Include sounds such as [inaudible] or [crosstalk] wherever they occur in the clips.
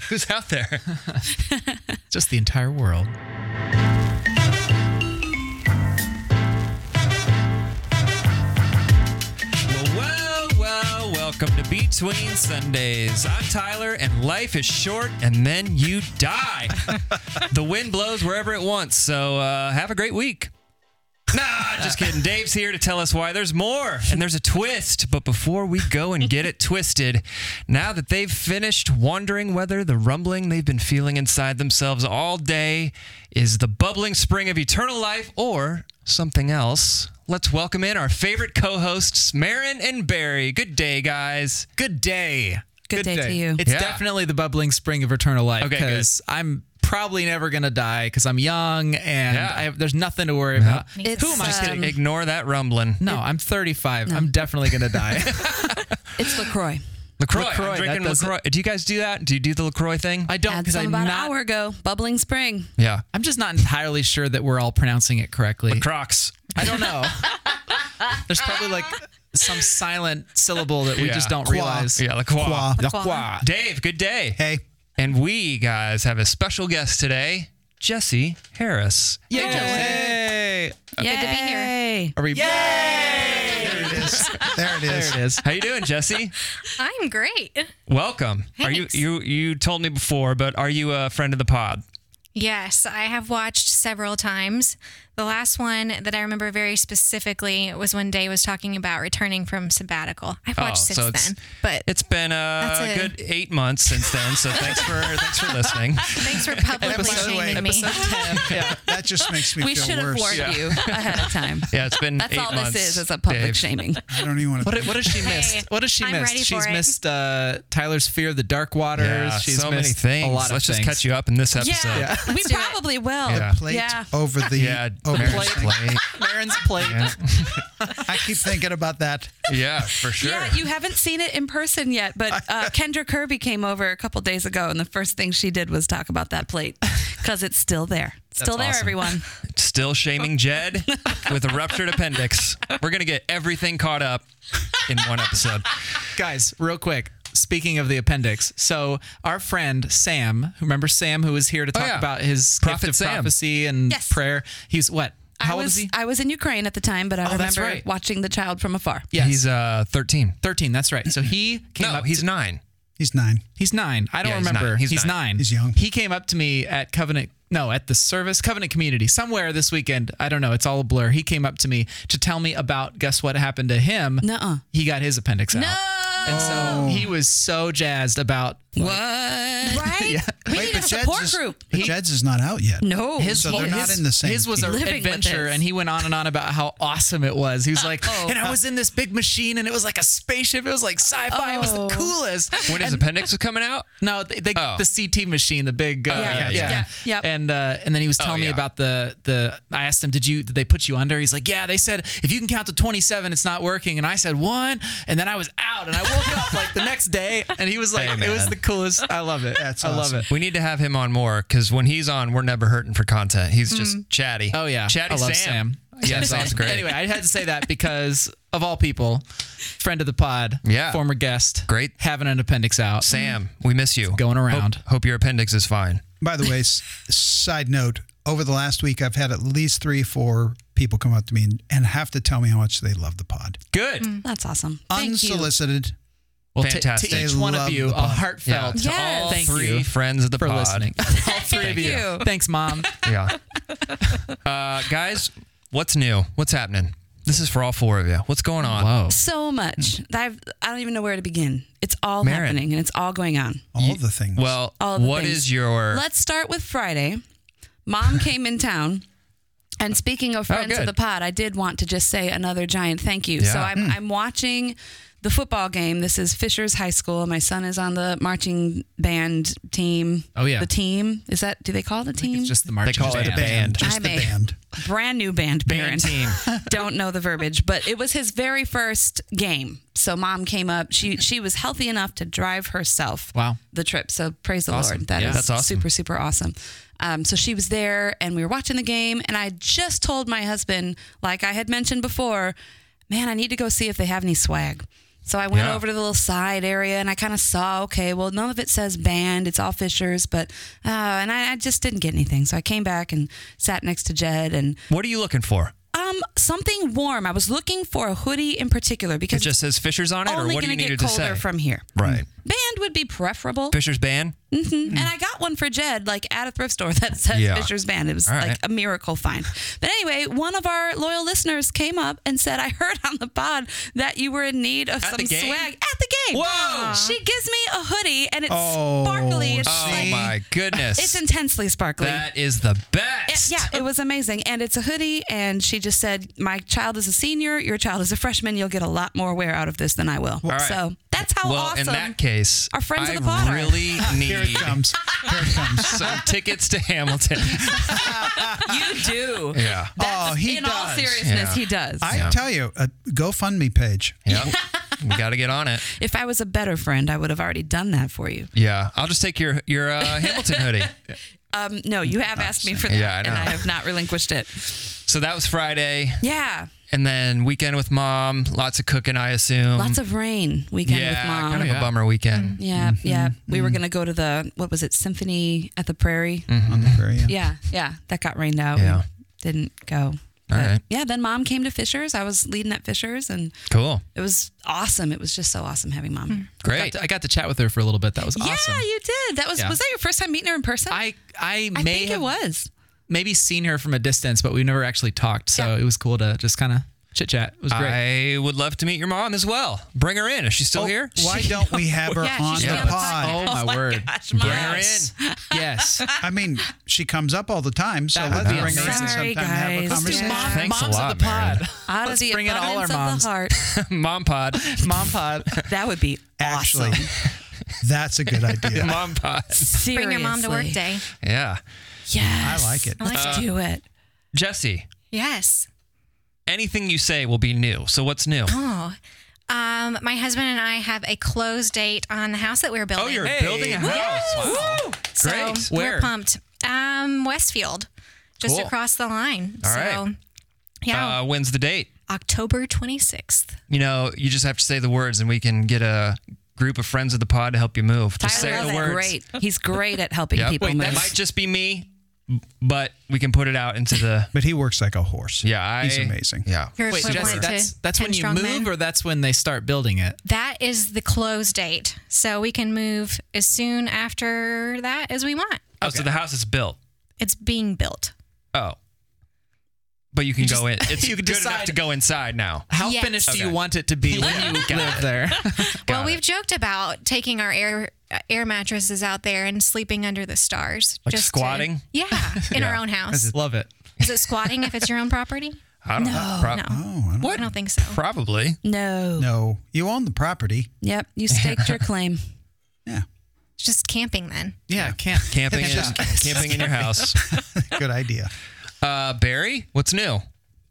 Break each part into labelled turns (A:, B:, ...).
A: [laughs] Who's out there?
B: [laughs] Just the entire world.
A: Well, well, well, welcome to Between Sundays. I'm Tyler, and life is short, and then you
B: [laughs]
A: die. the wind blows wherever it wants, so uh, have a great week. Nah, just kidding. Dave's here to tell us why there's more, and there's a twist. But before we go and get it twisted, now that they've finished wondering whether the rumbling they've been feeling inside themselves all day is the bubbling spring of eternal life or something else, let's welcome in our favorite co hosts, Marin and Barry. Good day, guys.
B: Good day.
C: Good day to you.
B: It's
A: Yeah.
B: definitely the bubbling spring of eternal life
A: Okay, good.
B: because I'm probably never going to die because I'm young and
A: Yeah.
B: I have, there's nothing to worry about.
C: It's,
B: Who am I
C: um,
B: kidding?
A: Ignore that rumbling.
B: No, I'm 35. I'm definitely going to
C: [laughs]
B: die.
C: It's LaCroix.
A: LaCroix. I'm
B: LaCroix,
A: drinking
B: that doesn't-
A: LaCroix. Do you guys do that? Do you do the LaCroix thing?
B: I don't
C: Had
B: because
C: some
B: I'm
C: about an
B: not.
C: hour ago. Bubbling spring.
A: yeah.
B: I'm just not entirely sure that we're all pronouncing it correctly.
A: Crocs.
B: I don't know. There's probably like some silent syllable that we
A: Yeah.
B: just don't
A: Qua.
B: realize.
A: Yeah, LaCroix.
C: Qua.
A: Dave, good day.
D: Hey.
A: And we guys have a special guest today, Jesse Harris.
B: Yay!
C: Good to be here.
B: Are we?
D: There it is. There it is.
B: There it is.
A: How you doing, Jesse?
E: I'm great.
A: Welcome. Are you
E: Thanks.
A: you you told me before, but are you a friend of the pod?
E: Yes, I have watched several times. The last one that I remember very specifically was when Day was talking about returning from sabbatical. I've watched since
A: Oh, so it's-
E: then, but
A: It's been uh,
E: That's
A: a
E: a-
A: good eight months since then, so thanks for thanks for listening.
E: thanks for publicly
D: Episode-
E: shaming me. [laughs]
B: Yeah.
D: That just makes me
C: We
D: feel
C: should have
D: worse.
C: warned you ahead of time.
A: Yeah, it's been
C: That's
A: eight
C: all
A: months.
C: this is, is a public
A: Dave.
C: shaming.
D: I don't even want to.
B: What, what has she missed?
E: Hey,
B: what has she
E: I'm
B: missed?
E: ready
B: She's
E: for it.
B: missed uh, Tyler's fear of the dark waters.
A: Yeah,
B: She's
A: so
B: missed
A: many things.
B: A
A: Let's
B: lot of
A: just
B: things.
A: catch you up in this episode.
C: Yeah, we
E: do it.
C: probably will.
A: Yeah.
D: [laughs] plate
C: Yeah.
D: over the.
A: Yeah,
D: over
A: Mary's
D: the-
A: plate.
B: Marin's plate.
D: I keep thinking about that.
A: Yeah, for sure.
C: Yeah, you haven't seen it in person yet, but uh, Kendra Kirby came over a couple days ago, and the first thing she did was talk about that plate because it's still there. It's Still there,
B: awesome.
C: everyone.
A: Still shaming Jed with a ruptured appendix. We're gonna get everything caught up in one episode.
B: Guys, real quick. Speaking of the appendix, so our friend Sam, remember Sam who was here to talk
A: Oh, yeah.
B: about his
A: Prophet
B: gift of
A: Sam.
B: prophecy and
C: Yes.
B: prayer? He's what? How
C: I
B: old
C: was
B: is he?
C: I was in Ukraine at the time, but I
B: that's
C: remember
B: right.
C: watching the child from afar.
B: Yes.
A: He's uh 13.
B: 13. That's right. So
A: [clears throat]
B: he came
A: No,
B: up.
A: he's
B: to-
A: nine.
D: He's nine.
B: he's nine. I don't
A: Yeah, he's
B: remember.
A: nine. He's nine.
D: He's young.
B: He came up to me at Covenant. No, at the service, Covenant Community, somewhere this weekend. I don't know. It's all a blur. He came up to me to tell me about. Guess what happened to him?
C: Nuh-uh.
B: He got his appendix out. And so he was so jazzed about
C: What?
E: Right?
C: We
D: Wait,
C: need a
D: but Jed's
C: support
D: is,
C: group.
D: but Jed's is not out yet.
C: [laughs] No,
B: his
D: So they're
B: his,
D: not in the same
B: His was an
C: team. Living with
B: adventure,
C: this.
B: and he went on and on about how awesome it was. He was like,
C: Uh-oh.
B: and I was in this big machine, and it was like a spaceship. It was like sci-fi. It was the
C: Uh-oh.
B: coolest.
A: When his appendix was coming out?
B: No, they, they,
A: Oh.
B: the CT machine, the big. Uh,
C: yeah, yeah. Yeah, yep.
B: And uh, and then he was telling me
A: Oh, yeah.
B: about the the. I asked him, did you did they put you under? He's like, yeah. They said if you can count to twenty seven, it's not working. And I said one, and then I was out, and I woke
A: [laughs]
B: up like the next day, and he was like,
A: Hey,
B: it was
A: man.
B: the coolest. I love it.
D: That's
B: I love
D: awesome.
B: it.
A: We need to have him on more because when he's on, we're never hurting for content. He's just chatty.
B: Oh yeah,
A: chatty
B: I love
A: Sam. [laughs]
B: Sam.
A: Yeah, sounds great.
B: Anyway, I had to say that because of all people, friend of the pod,
A: Yeah.
B: former guest,
A: Great.
B: having an appendix out.
A: Sam, we miss you.
B: Going around.
A: Hope, hope your appendix is fine.
D: By the way, s- side note. Over the last week, I've had at least three, four people come up to me and, and have to tell me how much they love the pod.
A: Good.
C: That's awesome. Thank you.
D: Unsolicited.
B: Well, to-
A: Fantastic.
B: to each
D: They
B: one of
D: love
B: you,
D: the
B: a
D: pod.
B: heartfelt
A: To
C: Yes.
A: all
B: thank
A: three
B: you
A: friends of the
B: for
A: pod. [laughs]
B: listening. all three of you.
C: you.
B: Thanks, mom.
C: [laughs]
A: Yeah. Uh, guys, what's new? What's happening? This is for all four of you. What's going on?
C: so
B: Mm.
C: much. that I've, I don't even know where to begin. It's all
A: Marin.
C: happening and it's all going on.
D: All the things.
A: Well,
C: All
A: what
C: the
A: is
C: things.
A: your
C: Let's start with Friday.
B: [laughs]
C: Mom came in town. And speaking
B: Oh,
C: of friends
A: good.
C: of the pod, I did want to just say another giant thank you. So
A: Yeah.
C: I'm,
B: Mm.
C: I'm watching the football game. This is Fisher's High School. My son is on the marching band team.
B: Oh, yeah.
C: The team. Is that, do they call it a team?
B: It's just the marching
A: call it a band.
B: band.
D: Just
C: I'm
D: the
C: a- [laughs]
D: band.
C: brand new band, Baron.
A: band
C: [laughs]
A: team?
C: don't know the verbiage, but it was his very first game. So mom came up. She she was healthy enough to drive herself.
B: Wow.
C: The trip. So praise the
B: Awesome.
C: Lord. That is
B: Yeah.
A: That's awesome.
C: super super awesome. Um, so she was there, and we were watching the game. And I just told my husband, like I had mentioned before, man, I need to go see if they have any swag. So I went
A: Yeah.
C: over to the little side area and I kind of saw, okay, well, none of it says banned. It's all Fishers, but, uh, and I, I just didn't get anything. So I came back and sat next to Jed and,
A: What are you looking for?
C: um, something warm. I was looking for a hoodie in particular
A: It
C: because
A: just says Fisher's on it, or
C: only
A: what do
C: going
A: you
C: to
A: need
C: get
A: to say?
C: colder from here.
A: right.
C: Band would be preferable.
A: Fisher's ban?
C: Mhm. And I got one for Jed, like at a thrift store [laughs] that said
A: Yeah.
C: Fisher's Band. It was
A: All
C: like
A: right.
C: a miracle find. But anyway, one of our loyal listeners came up and said, I heard on the pod that you were in need of
A: At
C: some
A: the game?
C: swag at the game.
A: Whoa.
C: She gives me a hoodie and it's
D: Oh,
C: sparkly. It's,
A: Oh
C: like,
A: my goodness.
C: it's intensely sparkly.
A: that is the best.
C: Yeah, it was amazing. And it's a hoodie. And she just said, My child is a senior, your child is a freshman. You'll get a lot more wear out of this than I will.
A: right.
C: So that's how
A: well,
C: awesome.
A: in that case,
C: our friends
A: I
C: of the pod are. [laughs]
A: really
D: Here it
A: need
D: comes. Here it comes.
A: some tickets to
C: [laughs]
A: Hamilton.
C: you [laughs] do.
A: yeah.
C: That's,
D: Oh, he
C: in all
D: does.
A: Yeah.
C: seriousness, he does.
D: I
A: Yeah.
D: tell you, a GoFundMe page.
A: Yep. we got to get on it.
C: if I was a better friend, I would have already done that for you.
A: Yeah. I'll just take your your uh, Hamilton
C: [laughs]
A: hoodie.
C: Um, no, you have asked me for that,
A: Oh, Yeah, I
C: and
A: know.
C: I have not relinquished
A: [laughs]
C: it.
A: So that was Friday,
C: Yeah,
A: and then weekend with mom. Lots of cooking, I assume.
C: lots of rain weekend
A: Um, yeah, Mm-hmm,
C: with mom.
A: kind of a
B: Yeah.
A: bummer weekend.
C: yeah, yeah. We were gonna go to the what was it, Symphony at the Prairie?
D: On the very end.
C: Yeah, yeah. That got rained out.
A: Mm-hmm. Yeah.
C: didn't go.
A: All right.
C: Yeah, then mom came to Fisher's. I was leading at Fisher's, and
A: Cool.
C: it was awesome. It was just so awesome having mom. here.
B: Got
A: Great.
B: to- I got to chat with her for a little bit. That was awesome.
C: Hmm. Yeah, you did. That was
B: Yeah.
C: was that your first time meeting her in person?
B: I I
C: I
B: may
C: think
B: have
C: it was.
B: maybe seen her from a distance, but we never actually talked. So it was cool to just kind of chit chat. It was great.
A: I would love to meet your mom as well. Bring her in. Is she still here?
C: [laughs]
D: Why don't we have her
C: Oh, Yeah, she
D: on
C: should
D: the
C: be on the
D: pod?
B: oh, my, word.
C: Gosh, mom.
A: Bring her
B: Yes.
A: in.
B: [laughs] yes.
D: I mean, she comes up all the time, so
B: That
D: let's
B: would
D: bring
B: be
D: her in
B: awesome.
C: Sorry,
D: sometime and have a
C: guys. Let's do [laughs]
D: conversation.
C: mom- Yeah.
A: Thanks a
B: moms
A: lot,
B: of the pod.
C: Out
B: Let's
C: of the
B: bring in all our
C: abundance of the
B: moms.
A: [laughs]
C: heart.
A: Mom pod.
B: Mom pod.
C: That would be
D: Actually,
C: awesome.
D: that's a good idea.
A: Mom pod.
E: [laughs]
C: Seriously.
E: Bring your mom to work day.
A: Yeah.
C: Yes.
D: I like it.
C: Let's do it.
A: Jesse,
E: Yes.
A: anything you say will be new. So what's new?
E: Oh. Um, my husband and I have a close date on the house that we're building.
A: Oh, you're
B: Hey.
A: building a house. Wow.
E: So
A: Great.
E: we're
B: Where?
E: pumped. Um, Westfield, just
A: Cool.
E: across the line.
A: All
E: so
A: right.
E: yeah,
A: Uh, when's the date?
E: October 26th.
A: You know, you just have to say the words and we can get a group of friends of the pod to help you move. Just
C: Tyler
A: say
C: is
A: the words.
C: great. He's great at helping
A: Yep.
C: people
A: Wait,
C: move.
A: that might just be me, but we can put it out into the.
D: But he works like a horse.
A: Yeah, I,
D: He's amazing.
A: Yeah.
E: Your
B: Wait,
E: equivalent
B: Jesse,
E: to
B: that's that's
E: 10
B: when you
E: strong
B: move,
E: men.
B: or that's when they start building it.
E: That is the close date. So we can move as soon after that as we want.
A: Oh, so the house is built.
E: It's being built.
A: Oh. But you can go in. It's
B: you can
A: good enough
B: decide-
A: to go inside now.
B: How
E: Yes.
B: finished do
A: Okay.
B: you want it to be when you live there?
E: well, we've joked about taking our air uh, air mattresses out there and sleeping under the stars.
A: Like
E: to-
A: squatting?
E: [laughs] yeah, in our own house.
B: Love it.
E: Is it squatting if it's your own property?
A: I don't know. Prob-
E: No,
D: Oh, I don't
E: I don't think so.
A: Probably.
C: no.
D: know. You own the property.
C: Yep. You staked your claim.
D: Yeah. [laughs]
E: It's just camping then.
B: Yeah, can't.
A: Camping in, camping in your house.
D: Good idea.
A: Uh, Barry, what's new?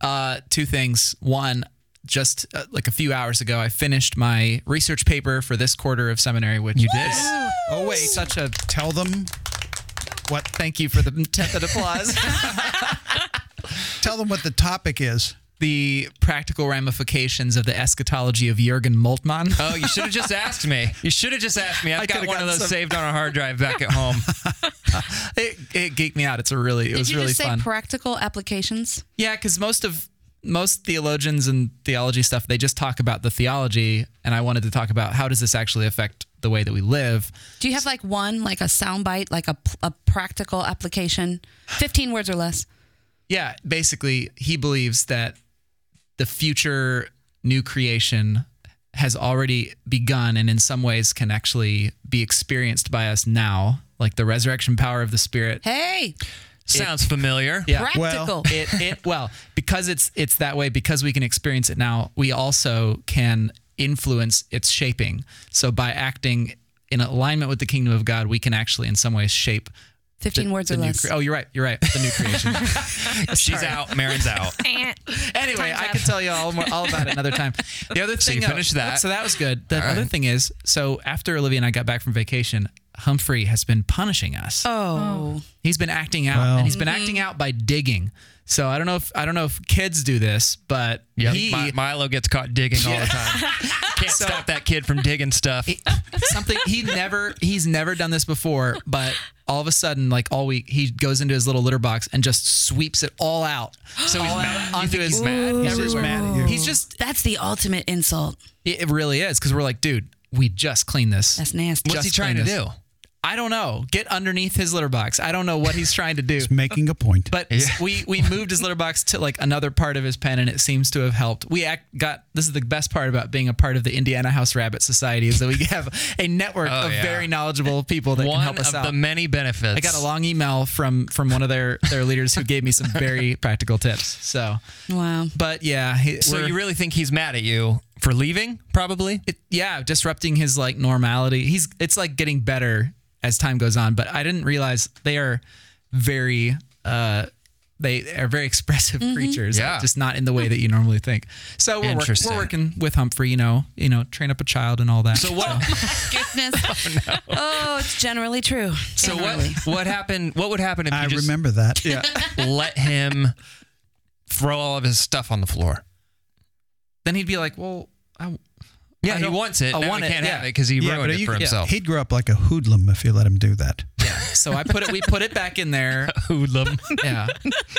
B: Uh, two things. One, just uh, like a few hours ago, I finished my research paper for this quarter of seminary, which you did.
D: Oh, wait.
B: Such a
D: Tell them what
B: thank you for the tepid applause.
C: [laughs]
D: tell them what the topic is.
B: the practical ramifications of the eschatology of Jurgen Moltmann.
A: Oh, you should have just asked me. You should have just asked me. I've
B: I
A: got
B: could've
A: one of
B: gotten
A: those
B: some-
A: saved on a hard drive back at home.
B: It, it geeked me out. It's a really, it
C: Did
B: was
C: you
B: really
C: just say
B: fun.
C: practical applications?
B: Yeah, because most of most theologians and theology stuff, they just talk about the theology, and I wanted to talk about how does this actually affect the way that we live.
C: Do you have like one, like a soundbite, like a, a practical application? 15 words or less.
B: Yeah, basically, he believes that the future new creation has already begun and in some ways can actually be experienced by us now, like the resurrection power of the spirit.
C: Hey,
A: Sounds familiar.
B: Yeah.
A: [laughs]
C: practical.
B: it, it well because it's it's that way because we can experience it now we also can influence its shaping so by acting in alignment with the kingdom of god we can actually in some ways shape
C: 15 words
B: the
C: or
B: new
C: less.
B: cre- oh you're right you're right the new
C: [laughs]
B: creation
A: She's out. Marin's out.
E: [laughs] Eh.
B: anyway
E: Time's
B: i
E: up.
B: can tell you all, more, all about it another time the other
A: [laughs] So
B: thing
A: you finished that.
B: so that was good the other thing is so after olivia and i got back from vacation Humphrey has been punishing us.
C: Oh.
B: He's been acting out,
D: Well-
B: and he's been acting out by digging. So I don't know if I don't know if kids do this, but
A: Yeah,
B: he,
A: Mi- Milo gets caught digging all the time. Can't stop that kid from digging stuff.
B: [laughs] something he never he's never done this before but all of a sudden like all week he goes into his little litter box and just sweeps it all out [gasps]
A: So he's mad. You
B: onto
A: think
B: his
A: he's mad?
B: He's
D: He's
B: just
D: mad at you.
B: he's just
C: That's the ultimate insult.
B: it it really is because we're like dude we just cleaned this
C: That's nasty.
A: What's he
B: Just
A: trying to
B: cleaned
A: do?
B: i don't know get underneath his litter box i don't know what he's trying to do
D: making a point.
B: but we we moved his litter box to like another part of his pen and it seems to have helped we act, got this is the best part about being a part of the indiana house rabbit society is that we [laughs] have a network
A: Oh,
B: of
A: yeah.
B: very knowledgeable people that can
A: One
B: help us
A: of
B: out
A: the many benefits.
B: I got a long email from from one of their their leaders who gave me some
A: [laughs]
B: very practical tips. So,
C: Wow.
B: but yeah, he,
A: So
B: we're-
A: you really think he's mad at you for leaving? Probably.
B: it- yeah, disrupting his like normality. He's it's like getting better as time goes on, but I didn't realize they are very uh they are very [laughs] expressive
C: Mm-hmm.
B: creatures,
A: Yeah.
B: just not in the way that you normally think. So we're, work-
A: Interesting.
B: we're working with Humphrey, you know, you know, train up a child and all that.
A: So what? [laughs]
C: Goodness. oh, it's generally true.
A: So what?
C: Generally.
A: What happened? What would happen if you
D: I
A: just
D: remember
A: [laughs]
D: that. Yeah.
A: let him throw all of his stuff on the floor?
B: Then he'd be like, "Well, I,
A: Yeah,
B: I
A: he
B: don't-
A: wants it.
B: I
A: I
B: want it,
A: can't
B: yeah.
A: have it because he
D: Yeah,
A: ruined
D: but
A: it
D: you-
A: for
D: yeah.
A: himself. [laughs]
D: He'd grow up like a hoodlum if you let him do that.
B: so I put it we put it back
A: [laughs]
B: in there."
A: Oh, Hoodlum.
B: Yeah.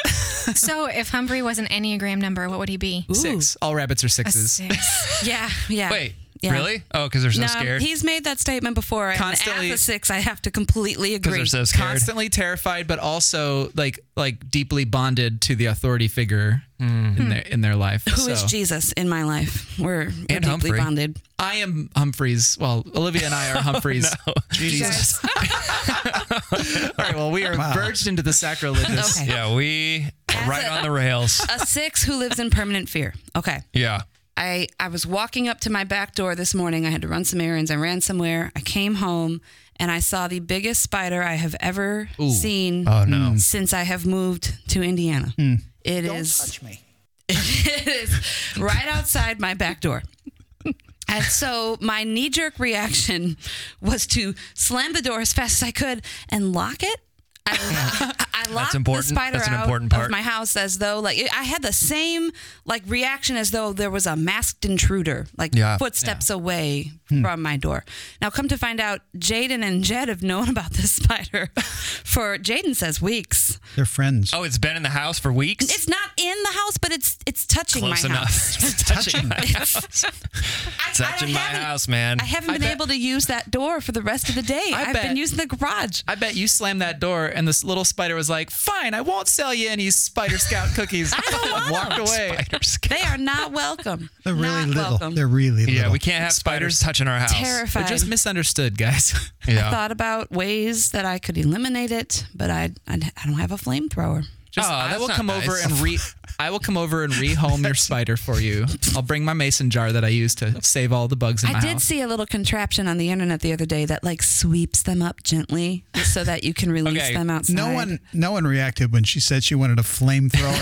E: So if Humphrey was an Enneagram number, what would he be?
C: Ooh.
B: Six. All rabbits are
E: A
B: sixes. [laughs]
E: six.
C: Yeah. Yeah.
A: Wait,
C: Yeah.
A: really? Oh, because they're so
C: no,
A: scared.
C: he's made that statement before.
B: Constantly-
C: And as a six, I have to completely
A: Because
C: agree.
A: they're so scared.
B: constantly terrified, but also like like deeply bonded to the authority figure
A: Hmm.
B: in their in their life.
C: Who is
B: So,
C: Jesus in my life? We're, we're deeply
A: Humphrey.
C: bonded.
B: I am Humphreys. Well, Olivia and [laughs] I are Humphreys.
D: Jesus.
B: [laughs] All right. Well, we are verged into the sacrilegious.
C: Okay.
A: Yeah, we right on the rails.
C: A six who lives in permanent fear. Okay.
A: Yeah.
C: I, I was walking up to my back door this morning. I had to run some errands. I ran somewhere. I came home and I saw the biggest spider I have ever seen
A: Oh no. Hmm.
C: since I have moved to Indiana. It Mm. Don't touch me. [laughs] It is right outside my back door. And so my knee jerk reaction was to slam the door as fast as I could and lock it. I, I I locked the
A: important.
C: spider
A: That's an
C: out
A: important part.
C: of my house as though like it- I had the same like reaction as though there was a masked intruder like
A: Yeah.
C: footsteps away from my door. Now come to find out, Jaden and Jed have known [laughs] about this spider for Jaden says weeks.
D: They're friends.
A: Oh, it's been in the house for weeks.
C: It's not in the house, but it's it's touching
A: Close
C: my
A: enough. [laughs]
C: house.
A: It's touching my house.
C: I,
A: Touching my
C: haven't-
A: house, man.
C: I haven't been
B: bet-
C: able to use that door for the rest of the day.
B: I
C: I've
B: bet-
C: been using the garage.
B: I bet you slammed that door, and this little spider was like, "Fine, I won't sell you any Spider Scout cookies." [laughs] I
C: don't want
B: Walked
C: them.
B: away.
A: [laughs] Spider scared.
C: They are not welcome.
D: They're really
C: not
D: little.
C: Welcome.
D: They're really little.
A: Yeah, we can't have spiders, touching our house.
B: They're
C: terrified.
B: just misunderstood, [laughs] guys.
A: Yeah.
C: Thought about ways that I could eliminate it, but I I, I don't have a flamethrower.
B: Just,
A: Oh,
B: I
A: that's
B: will
A: not
B: come over
A: nice.
B: and re. I will come over and rehome your spider for you. I'll bring my mason jar that I use to save all the bugs in
C: I
B: my
C: did
B: house.
C: see a little contraption on the internet the other day that like sweeps them up gently just so that
A: [laughs]
C: you can release
A: Okay,
C: them outside.
D: No one, no one reacted when she said she wanted
C: [laughs]
D: a flamethrower.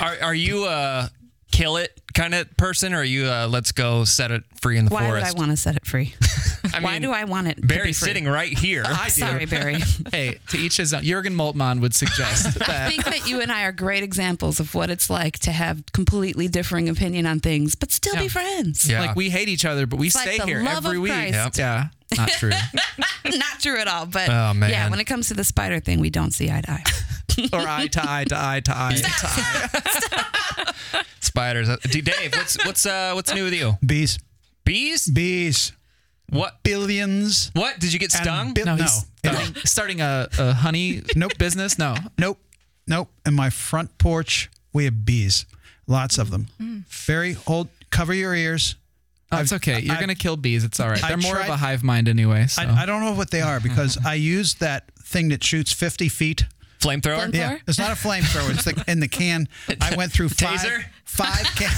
A: Are are you a kill it kind of person, or are you a let's go set it free in the
C: Why
A: forest?
C: would I want to set
A: [laughs]
C: it free? Why
A: mean,
C: do I want it? to be
A: Barry's
C: free?
A: sitting right
C: [laughs]
A: here.
B: I do.
A: [laughs]
C: Sorry, Barry.
B: Hey, to each his own. Jurgen Moltmann would [laughs] suggest
C: I
B: that.
C: think that you and I are great examples of what it's like to have completely differing opinion on things, but still be friends.
A: Yeah.
B: Like we hate each other, but we
C: like
B: stay
C: the
B: here
C: love
B: every
C: of
B: week.
C: Christ.
B: Yeah, [laughs] not true.
C: [laughs] Not true at all, but
A: Oh, man.
C: yeah, when it comes to the spider thing, we don't see
A: [laughs]
C: eye to eye.
B: or eye to eye to eye to eye. to eye.
A: Spiders. Uh, Dude, Dave, what's what's uh what's new with you?
D: bees,
A: Bees?
D: bees,
A: What?
D: billions.
A: What? Did you get
D: and
A: stung?
D: bi- no,
B: he's
D: no,
B: starting, starting a, a honey
D: Nope.
B: business. No,
D: nope, nope. In my front porch, we have bees, lots of them. Very old. Cover your ears.
B: oh, it's okay. You're
D: I-
B: gonna kill bees. It's all right.
D: I
B: They're more of
D: tried-
B: a hive mind anyway. So.
D: I, I don't know what they are because I used that thing that shoots 50 feet.
A: Flamethrower?
C: Flamethrower?
D: Yeah, it's not a flamethrower. It's the, in the can. I went through five,
A: Taser?
D: five
A: [laughs]
D: can,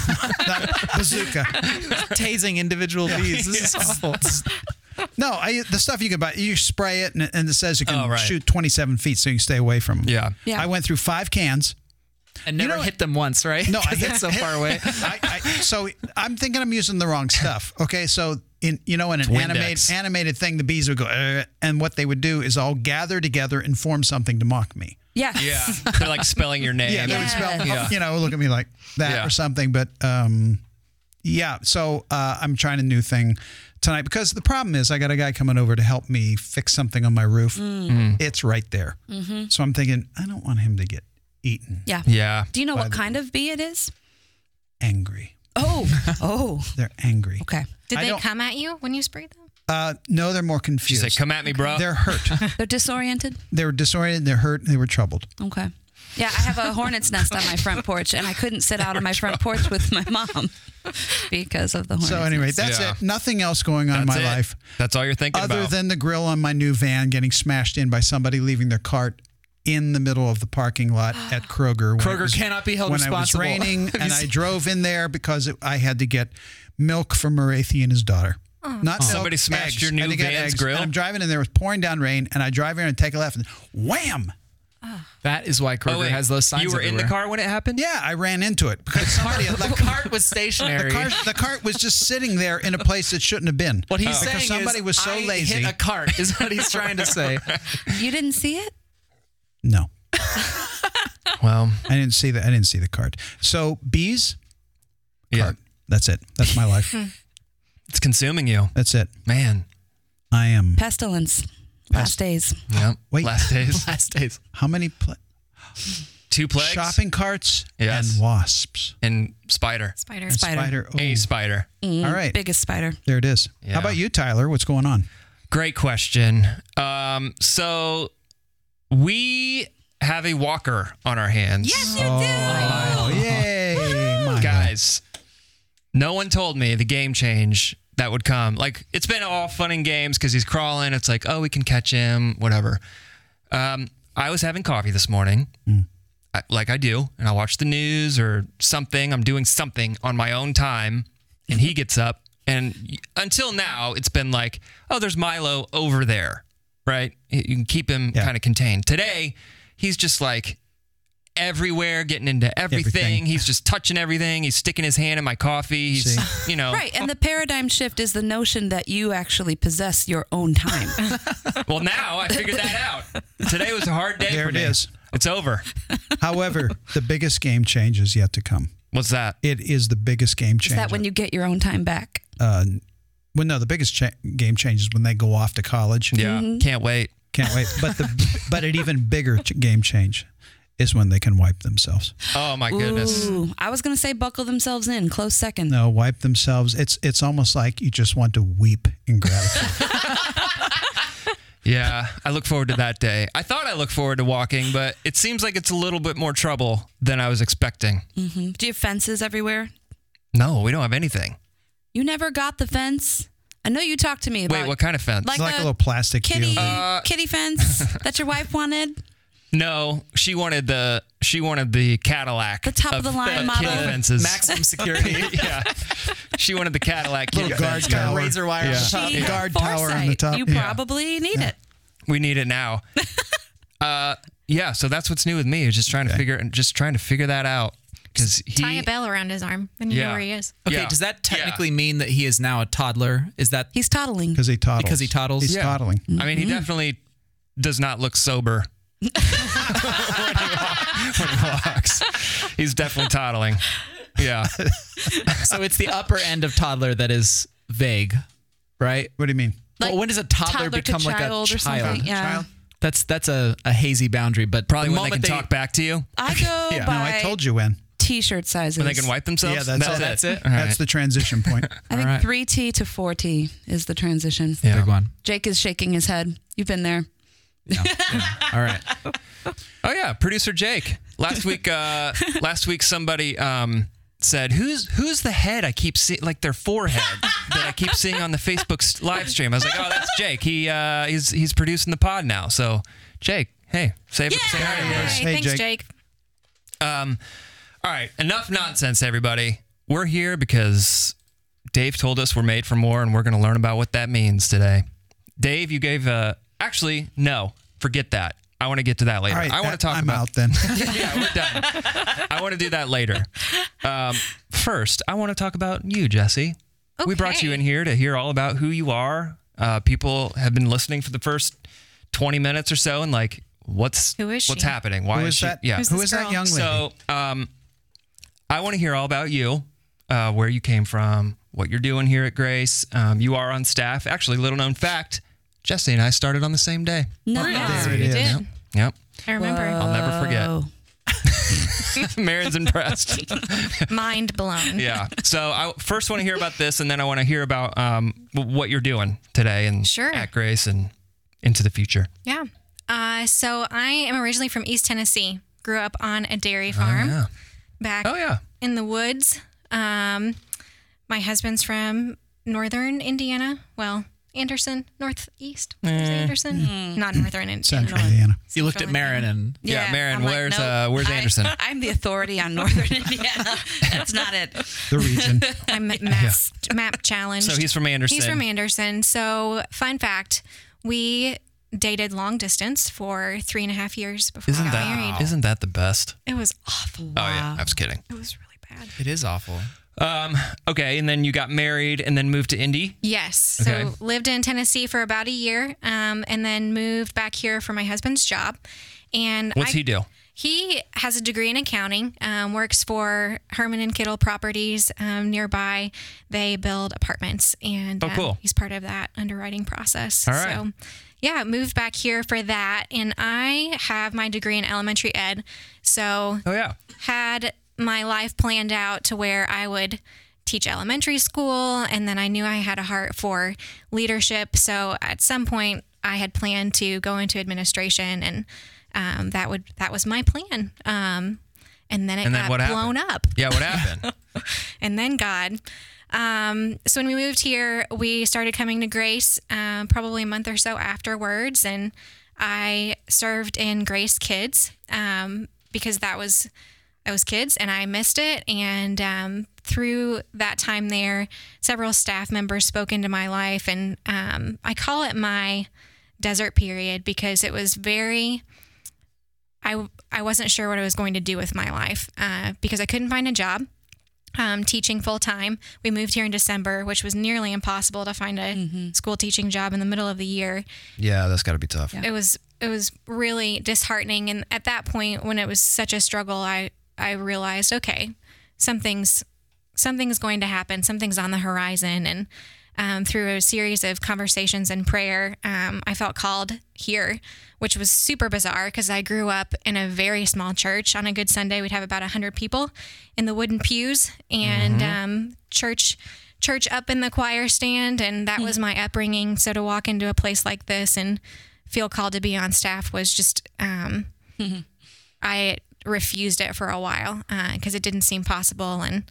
D: not bazooka.
B: tasing individual bees. This is [laughs] awful.
D: No, I, the stuff you can buy, you spray it and, it- and it says you can
A: Oh, right.
D: shoot 27 feet so you can stay away from them.
A: Yeah.
C: Yeah.
D: I went through five cans.
B: and never
D: know-
B: hit them once, right?
D: No, I
B: [laughs]
A: [laughs]
B: 'Cause
D: hit-
B: it's so far away.
D: I, I, so I'm thinking I'm using the wrong stuff. Okay, so in you know in an
A: Windex.
D: animated animated thing, the bees would go, "Uh," and what they would do is all gather together and form something to mock me.
C: Yes. [laughs]
A: Yeah. They're like spelling your name.
D: Yeah, they would spell,
A: Yeah.
D: you know, look at me like that
A: Yeah.
D: or something. But um, yeah, so uh, I'm trying a new thing tonight because the problem is I got a guy coming over to help me fix something on my roof.
A: Mm.
D: It's right there, so I'm thinking I don't want him to get eaten
C: Yeah.
A: Yeah.
C: Do you know what kind of bee it
A: [laughs]
C: is?
D: angry.
C: Oh. Oh.
D: They're angry.
C: Okay.
E: Did
D: I
E: they
D: don't-
E: come at you when you sprayed them?
D: Uh, no, they're more
A: She
D: confused.
A: said, come at me, bro.
D: They're
A: [laughs]
D: hurt.
C: They're disoriented.
D: they were disoriented. They're hurt. They were troubled.
C: Okay. Yeah, I have a hornet's nest on my front porch, and I couldn't sit out on my front porch with my mom [laughs] because of the hornet's
D: So anyway,
C: nest.
D: that's
A: Yeah.
D: it. Nothing else going on
A: That's
D: in my
A: it.
D: life
A: That's all you're thinking
D: other
A: about.
D: than the grill on my new van getting smashed in by somebody leaving their cart in the middle of the parking
A: [gasps]
D: lot at Kroger. when it
B: Kroger cannot be held
D: when
B: responsible.
D: It was
A: [laughs]
D: raining,
B: Have you
D: and I
B: seen-
D: drove in there because it, I had to get milk for Marathi and his daughter. Not milk,
A: Oh. Somebody smashed
D: eggs.
A: your new
D: I had to get
A: van's
D: eggs,
A: grill?
D: And I'm driving in there. It was pouring down rain, and I drive in and take a left, and wham!
B: That is why Kroger
A: Oh, wait.
B: has those signs.
A: You were in the
B: everywhere.
A: car when it happened?
D: Yeah, I ran into it because somebody had left.
B: [laughs] The cart was stationary.
D: The cart, the cart was just sitting there in a place it shouldn't have been.
B: what he's saying
D: because somebody
B: is,
D: was so
B: I
D: lazy.
B: hit a cart is what he's trying to [laughs] say.
C: you didn't see it.
D: no,
A: Well,
D: I didn't see the I didn't see the cart. So bees,
A: yeah.
D: cart. That's it. That's
C: [laughs]
D: my life.
A: It's consuming you.
D: That's it.
A: Man.
D: I am.
C: Pestilence. Last days.
A: Yeah.
D: Wait.
A: Last days.
B: Last days.
D: How many pla-
A: Two plagues.
D: shopping carts
A: Yes.
D: and wasps?
A: And spider.
E: Spider.
C: Spider.
D: Spider.
A: A
D: oh,
A: spider.
D: All right.
C: Mm-hmm. Biggest spider.
D: There it is.
A: Yeah.
D: How about you, Tyler? What's going on?
A: Great question. Um, so we have a walker on our hands. Yes,
D: Oh,
B: [laughs]
D: yay! My
A: guys. No one told me the game change that would come. Like it's been all fun and games because he's crawling. It's like, oh, we can catch him, whatever. Um, I was having coffee this morning, I, like I do, and I watch the news or something. I'm doing something on my own time, and he gets up. And y- until now, it's been like, oh, there's Milo over there, right? You you can keep him
D: Yeah.
A: kind of contained. Today, he's just like everywhere, getting into everything.
D: Everything.
A: He's just touching everything. He's sticking his hand in my coffee. He's, you know,
C: Right,
D: Oh.
C: and the paradigm shift is the notion that you actually possess your own
D: [laughs]
C: time.
A: well, now I figured that out. Today was a hard day
D: There
A: for
D: it
A: me.
D: is.
A: It's over.
B: [laughs]
D: God. However, the biggest game change is yet to come.
A: What's that?
D: It is the biggest game change.
C: Is that when you get your own time back?
D: uh, well, no, the biggest cha- game change is when they go off to college.
A: Yeah.
C: Mm-hmm.
A: Can't wait.
D: Can't wait. But the but an even bigger ch- game change is when they can wipe themselves.
A: Oh, my goodness.
C: Ooh, I was gonna say buckle themselves in, close second.
D: No, wipe themselves. It's it's almost like you just want to weep in gratitude.
E: [laughs]
A: Yeah, I look forward to that day. I thought I looked forward to walking, but it seems like it's a little bit more trouble than I was expecting.
C: Do you have fences everywhere?
A: No, we don't have anything.
C: You never got the fence. I know you talked to me about
A: Wait, what kind of fence?
C: Like
D: It's like
C: a
D: a little plastic
C: kitty
D: deal.
C: kitty
D: [laughs]
C: fence that your wife wanted.
A: no, she wanted the she wanted the Cadillac.
C: The top of the line
A: kitty
C: model.
A: fences.
B: Maximum [laughs] security.
A: yeah. She wanted the Cadillac kitty
D: Little guard
A: fence.
D: tower.
B: razor wire on
A: Yeah.
B: the top.
C: She had
D: guard tower on the
C: foresight.
D: top.
C: You
D: Yeah.
C: probably need it.
A: We need it
E: [laughs]
A: now. uh, yeah, so that's what's new with me. Is just trying to figure just trying to figure that out because he
E: Tie a bell around his arm, and you
A: Yeah.
E: know where he is.
B: Okay,
A: Yeah.
B: does that
A: Yeah.
B: technically mean that he is now a toddler? Is that
C: He's toddling.
D: Because he toddles.
B: Because he toddles?
D: He's
A: Yeah.
D: toddling.
A: I mean, he
B: Mm-hmm.
A: definitely does not look
E: [laughs]
A: sober when, he walks, when he walks. He's definitely toddling.
B: [laughs]
A: Yeah.
B: so? It's the upper end of toddler that is vague, right?
D: What do you mean?
C: Like
B: well, when does a toddler,
C: toddler to
B: become like a
C: child
B: child?
C: or something, yeah. Child?
B: That's that's a, a hazy boundary, but
A: Probably
B: the
A: when they can
B: moment
A: talk back to you,
C: I go
B: Yeah.
C: by
D: No, I told you when.
C: t-shirt sizes.
A: when they can wipe themselves.
D: Yeah, that's it.
B: That's it?
A: All right.
D: That's the transition
A: [laughs]
D: point.
C: I think
B: Alright.
C: 3T to 4T is the transition.
A: Yeah.
B: Big one.
C: Jake is shaking his head. You've been there.
B: All right.
A: Oh yeah, producer Jake. Last week, uh, last week somebody um, said, "Who's who's the head I keep seeing? Like their forehead that I keep seeing on the Facebook s- live stream." I was like, "Oh, that's Jake. He uh, he's he's producing the pod now." So, Jake, hey, save it. Say hi to everybody.
E: Hey,
D: Hey,
E: thanks,
D: Jake.
E: Jake.
A: All right, enough nonsense, everybody. We're here because Dave told us we're made for more, and we're going to learn about what that means today. Dave, you gave a. Actually, no, forget that. I want to get to that later.
D: All right,
A: I want
D: that-
A: to talk
D: I'm
A: about
D: out
A: [laughs]
D: then.
A: yeah, we're done. I want to do that later. Um, first, I want to talk about you, Jesse. We brought you
E: Okay.
A: in here to hear all about who you are. Uh, people have been listening for the first 20 minutes or so and like, what's
E: Who is
A: what's
E: she?
A: happening? Why
D: Who
A: is
D: is
A: she?
D: that?
A: Yeah.
E: Who's
D: Who
E: this
D: is that
E: girl?
D: young lady?
A: So, um, I want to hear all about you, uh, where you came from, what you're doing here at Grace. Um, you are on staff. Actually, little known fact, Jesse and I started on the same day.
C: No.
D: There it
E: You
D: is.
E: did.
A: Yep.
E: I
A: [laughs]
E: remember.
A: I'll never forget.
E: Oh.
A: [laughs] Marin's impressed.
E: Mind blown.
A: yeah. So I first want to hear about this, and then I want to hear about um, w- what you're doing today and
E: Sure.
A: at Grace and into the future.
E: Yeah. Uh, so I am originally from East Tennessee. Grew up on a dairy farm
A: Oh, yeah.
E: back
A: Oh yeah.
E: in the woods. Um, my husband's from northern Indiana. Well, Anderson, northeast. There's
A: Eh.
E: Anderson?
A: Hmm.
E: Not northern Indiana.
D: Central Indiana.
B: You looked at Marin and
A: Yeah, Marin,
C: I'm like,
A: where's,
C: nope,
A: uh, where's
C: I-
A: Anderson?
C: [laughs] I'm the authority on Northern [laughs] Indiana. That's not it.
E: [laughs]
D: The region.
E: I'm map, map challenged.
A: So he's from Anderson.
E: He's from Anderson. So, fun fact we dated long distance for three and a half years before
A: Isn't
E: we got
A: that
E: married.
A: isn't that the best?
E: It was awful.
A: Oh yeah. I was kidding.
E: It was really bad.
B: it is awful.
A: Okay, and then you got married and then moved to Indy.
E: Yes.
A: Okay.
E: So lived in Tennessee for about a year, um, and then moved back here for my husband's job. And
A: What's
E: I-
A: he do?
E: He has a degree in accounting. Um, works for Herman and Kittle Properties um, nearby. They build apartments, and
A: Oh,
E: um,
A: cool.
E: he's part of that underwriting process.
A: All right.
E: So, yeah, moved back here for that, and I have my degree in elementary ed. So
A: Oh yeah.
E: had my life planned out to where I would teach elementary school, and then I knew I had a heart for leadership. So at some point, I had planned to go into administration, and um, that would that was my plan. Um, and then it
A: And then
E: got
A: what happened?
E: blown up
A: Yeah. What
E: [laughs]
A: happened?
E: and then God. Um, so when we moved here, we started coming to Grace um, probably a month or so afterwards, and I served in Grace Kids um, because that was I was kids and I missed it. And um, through that time there, several staff members spoke into my life, and um, I call it my desert period because it was very I, I wasn't sure what I was going to do with my life uh, because I couldn't find a job um, teaching full time. We moved here in December, which was nearly impossible to find a school teaching job in the middle of the year.
A: yeah, that's got to be tough.
E: It was it was really disheartening, and at that point, when it was such a struggle, I I realized okay, something's something's going to happen. Something's on the horizon, and um, through a series of conversations and prayer, um, I felt called here, which was super bizarre because I grew up in a very small church. On a good Sunday, we'd have about hundred people in the wooden pews, and um, church church up in the choir stand, and that was my upbringing. So to walk into a place like this and feel called to be on staff was just um, I refused it for a while because it didn't seem possible. And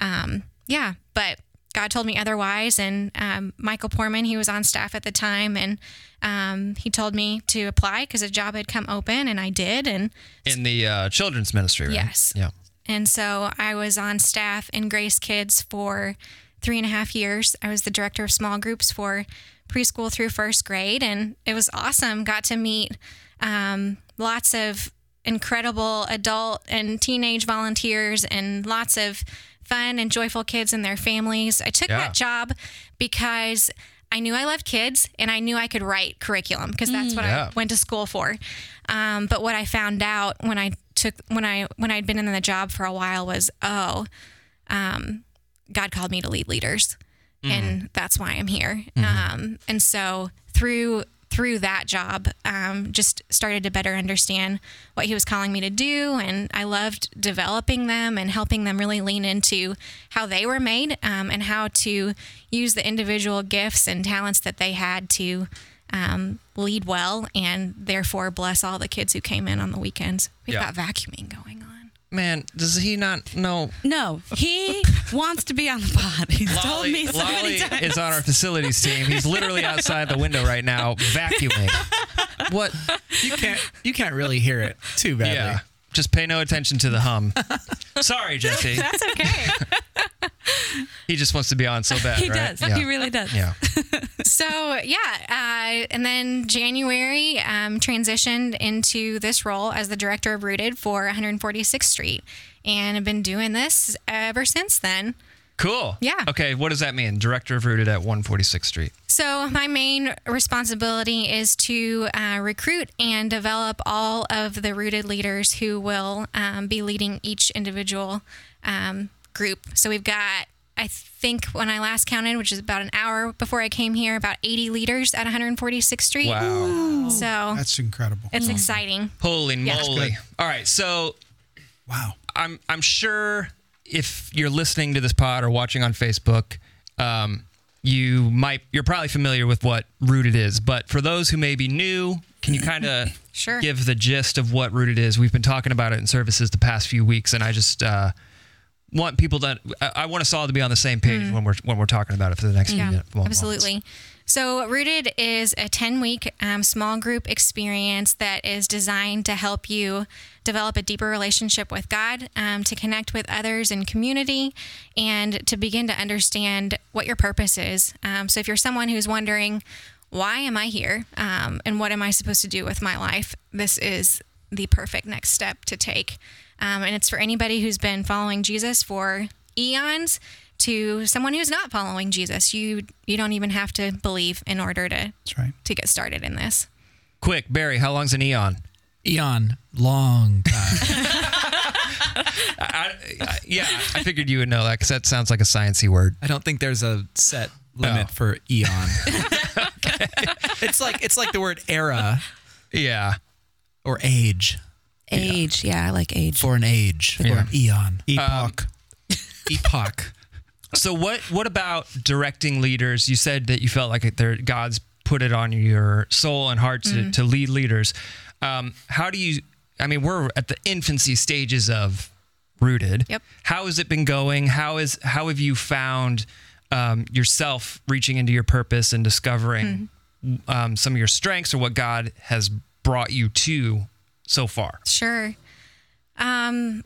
E: um, yeah, but God told me otherwise. And um, Michael Porman, he was on staff at the time, and um, he told me to apply because a job had come open, and I did. And
A: In the uh, children's ministry, right?
E: Yes.
A: Yeah.
E: and so I was on staff in Grace Kids for three and a half years. I was the director of small groups for preschool through first grade, and it was awesome. Got to meet um, lots of incredible adult and teenage volunteers and lots of fun and joyful kids and their families. I took
A: Yeah.
E: that job because. I knew I loved kids and I knew I could write curriculum because that's what
A: Yeah.
E: I went to school for. Um, but what I found out when I took when I when I'd been in the job for a while was oh, um, God called me to lead leaders, and that's why I'm here. Um, and so through through that job, um, just started to better understand what He was calling me to do, and I loved developing them and helping them really lean into how they were made um, and how to use the individual gifts and talents that they had to. Um, lead well and therefore bless all the kids who came in on the weekends. We've
A: Yeah.
E: got vacuuming going on.
A: Man, does he not know?
C: No,
A: [laughs]
C: he wants to be on the pod. He's told me so
A: Lolly
C: many times.
A: is on our facilities team. He's literally outside the window right now
C: [laughs]
A: vacuuming.
B: [laughs]
A: what?
B: You can't you can't really hear it too badly.
A: Yeah. Just pay no attention to the hum. Sorry, Jesse.
E: That's okay.
A: He just wants to be on so bad.
C: He
A: right?
C: does.
A: Yeah.
C: He really does.
A: yeah.
E: so yeah, uh, and then January um, transitioned into this role as the director of Rooted for 146th Street, and I've been doing this ever since then.
A: Cool.
E: Yeah.
A: Okay. What does that mean? Director of Rooted at 146th Street.
E: So, my main responsibility is to uh, recruit and develop all of the rooted leaders who will um, be leading each individual um, group. So, we've got, I think, when I last counted, which is about an hour before I came here, about 80 leaders at 146th Street.
A: Wow.
E: So,
D: That's incredible.
E: it's exciting.
A: Holy moly!
D: good.
A: All right. So
D: Wow.
A: I'm I'm sure if you're listening to this pod or watching on Facebook, um, you might you're probably familiar with what Rooted is. But for those who may be new, can you kind of
E: [laughs] Sure.
A: give the gist of what Rooted is? We've been talking about it in services the past few weeks, and I just uh, want people to I, I want us all to be on the same page when we're when we're talking about it for the next few minutes.
E: Mm-hmm. Absolutely. So, Rooted is a 10 week um, small group experience that is designed to help you develop a deeper relationship with God, um, to connect with others in community, and to begin to understand what your purpose is. Um, so, if you're someone who's wondering, why am I here? Um, and what am I supposed to do with my life? This is the perfect next step to take. Um, and it's for anybody who's been following Jesus for eons to someone who's not following Jesus. You you don't even have to believe in order to
D: That's right.
E: to get started in this.
A: Quick, Barry, how long's an eon?
B: Eon, long time.
A: I, I, yeah, I figured you would know that because that sounds like a sciency word.
B: I don't think there's a set limit
A: Oh.
B: for eon. [laughs] It's like it's like the word era
A: Yeah.
B: or age
C: Age. Yeah, I like age.
B: for an age or an eon
A: Um,
D: Epoch.
B: epoch.
A: So what what about directing leaders? You said that you felt like their God's put it on your soul and heart to,
E: Mm-hmm.
A: to lead leaders. Um, how do you? I mean, we're at the infancy stages of rooted.
E: Yep.
A: How has it been going? How is how have you found um, yourself reaching into your purpose and discovering
E: Mm-hmm.
A: um, some of your strengths or what God has brought you to so far?
E: Sure. Um,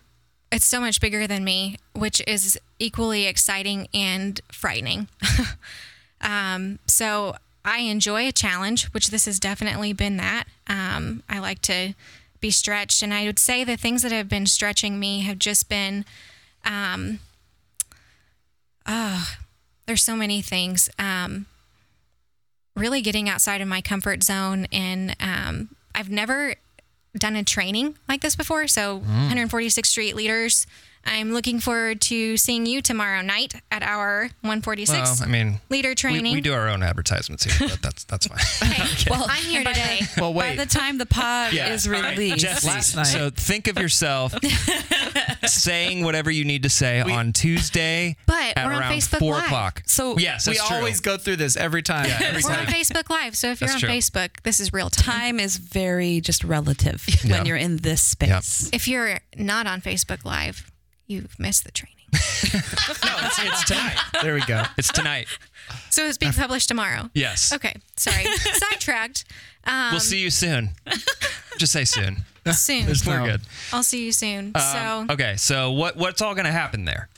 E: it's so much bigger than me, which is equally exciting and frightening. [laughs] um, so I enjoy a challenge, which this has definitely been that. Um, I like to be stretched, and I would say the things that have been stretching me have just been, um, oh, there's so many things. Um, really getting outside of my comfort zone, and um, I've never done a training like this before. So,
A: Mm.
E: 146th Street leaders, I'm looking forward to seeing you tomorrow night at our 146
A: Well, I mean,
E: leader
A: we,
E: training.
A: we do our own advertisements here, but that's that's fine.
E: [laughs] Okay. Well, I'm here
C: by
E: today.
C: the-
B: Well,
C: By
B: wait.
C: the time the pod is
A: All right,
C: released,
A: Jesse,
B: Last night-
A: So think of yourself saying whatever you need to say on Tuesday
E: But
A: at
E: we're on
A: around
E: Facebook
A: four
E: Live.
A: o'clock.
C: So
A: yes,
B: we
A: that's true.
B: always go through this every time. every
E: We're
B: time.
E: on Facebook Live. So, if you're
A: That's
E: on
A: true.
E: Facebook, this is real time.
C: time is very just relative when you're in this space.
E: If you're not on Facebook Live, you've missed the training.
A: no, it's, [laughs] it's tonight.
B: There we go.
A: It's tonight.
E: So, it's being published tomorrow.
A: Yes.
E: Okay.
A: [laughs]
E: Sorry. Sidetracked. Um,
A: We'll see you soon. Just say soon.
E: soon.
A: We're
B: No.
A: good.
E: I'll see you soon. so,
A: Um, okay, so what what's all going to happen there?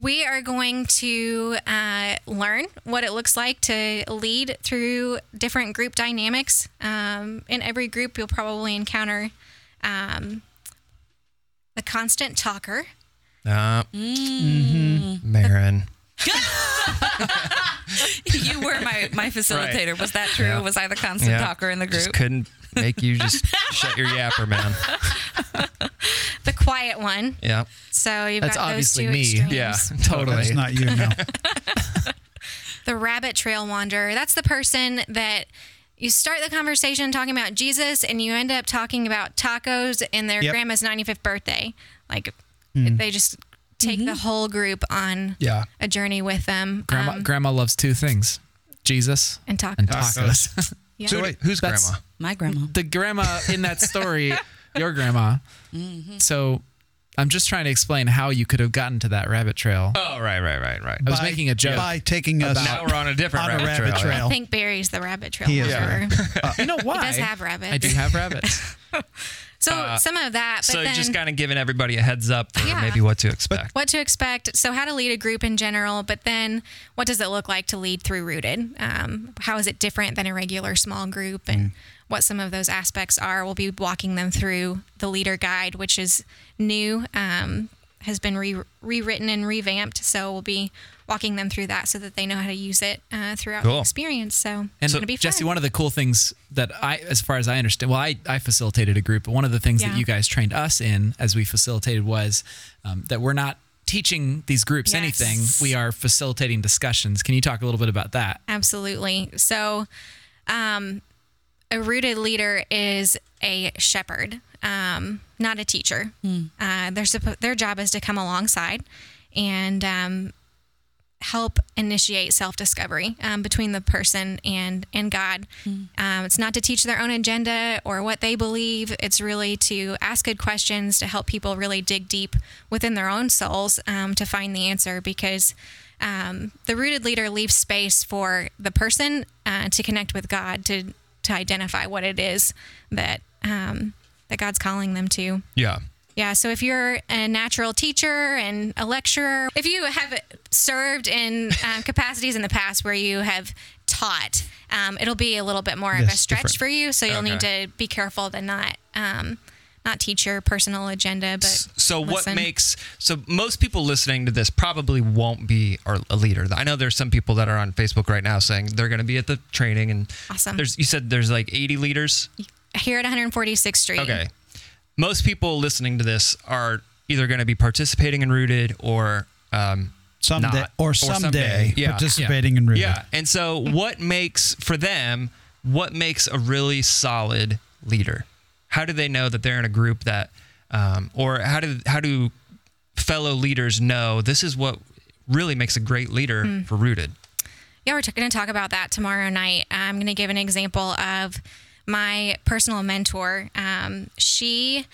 E: We are going to uh, learn what it looks like to lead through different group dynamics. Um, in every group, you'll probably encounter um, the constant talker.
A: Uh, mm-hmm. Marin.
C: [laughs] you were my, my facilitator. Was that true?
A: Yeah.
C: Was I the constant
A: Yeah.
C: talker in the
A: Just
C: group?
A: couldn't make you just shut your yapper, man.
E: The quiet one.
A: Yeah.
E: So you've
B: That's
E: got
B: obviously
E: those two
B: me.
A: Yeah.
E: extremes.
B: [laughs] Totally.
D: That's not you
A: [laughs]
D: now.
E: the rabbit trail wanderer. That's the person that you start the conversation talking about Jesus and you end up talking about tacos and their
D: Yep.
E: grandma's 95th birthday. Like they just take
A: Mm-hmm.
E: the whole group on
D: Yeah.
E: a journey with them.
B: Grandma,
E: um,
B: grandma loves two things: Jesus
E: and tacos.
A: [laughs]
B: and tacos.
E: Yeah.
A: Who- who's
B: That's-
A: grandma?
C: My grandma.
B: the grandma in that story,
E: [laughs]
B: your grandma.
E: Mm-hmm.
B: So, I'm just trying to explain how you could have gotten to that rabbit trail.
A: Oh, right, right, right, right.
B: I was making a joke.
D: By taking us
A: Now we're on a different
D: on a
A: rabbit,
D: rabbit
A: trail.
D: trail.
E: I think Barry's the rabbit trail
D: He is,
E: wanderer.
B: you know why?
E: He does have rabbits.
B: I do have rabbits.
E: So some of that. But
A: so
E: then,
A: just kind of giving everybody a heads up for
E: Yeah.
A: maybe what to expect.
E: what to expect. So, how to lead a group in general, but then what does it look like to lead through Rooted? Um, how is it different than a regular small group,
B: Mm.
E: and what some of those aspects are? We'll be walking them through the leader guide, which is new, um, has been re- rewritten and revamped. So, we'll be walking them through that so that they know how to use it uh, throughout
A: Cool.
E: the experience. So,
B: And
E: it's going to be fun.
B: Jesse, one of the cool things that I, as far as I understand, well, I, I facilitated a group, but one of the things
E: Yeah.
B: that you guys trained us in as we facilitated was um, that we're not teaching these groups
E: Yes.
B: anything. We are facilitating discussions. Can you talk a little bit about that?
E: Absolutely. So, um, a rooted leader is a shepherd, um, not a teacher. Uh, they're suppo- their job is to come alongside and um, help initiate self discovery um, between the person and and God. Um, it's not to teach their own agenda or what they believe. It's really to ask good questions to help people really dig deep within their own souls um, to find the answer. Because um, the rooted leader leaves space for the person uh, to connect with God to to identify what it is that um, that God's calling them to.
A: yeah.
E: Yeah, so if you're a natural teacher and a lecturer, if you have served in
A: [laughs]
E: um, capacities in the past where you have taught, um, it'll be a little bit more of a
D: Yes,
E: stretch
D: different.
E: for you. So you'll need
A: Okay.
E: to be careful to not um, not teach your personal agenda. But
A: So what
E: listen.
A: makes so most people listening to this probably won't be our, a leader. I know there's some people that are on Facebook right now saying they're going to be at the training and
E: Awesome.
A: There's you said there's like 80 leaders.
E: here at 146th Street,
A: Okay. Most people listening to this are either going to be participating in Rooted or um,
D: Someday
A: not.
D: or someday,
A: Yeah.
D: participating in Rooted.
A: yeah. And so, what makes for them? What makes a really solid leader? How do they know that they're in a group that, um, or how do how do fellow leaders know this is what really makes a great leader for Rooted?
E: Yeah, we're going to talk about that tomorrow night. I'm going to give an example of my personal mentor. Um, she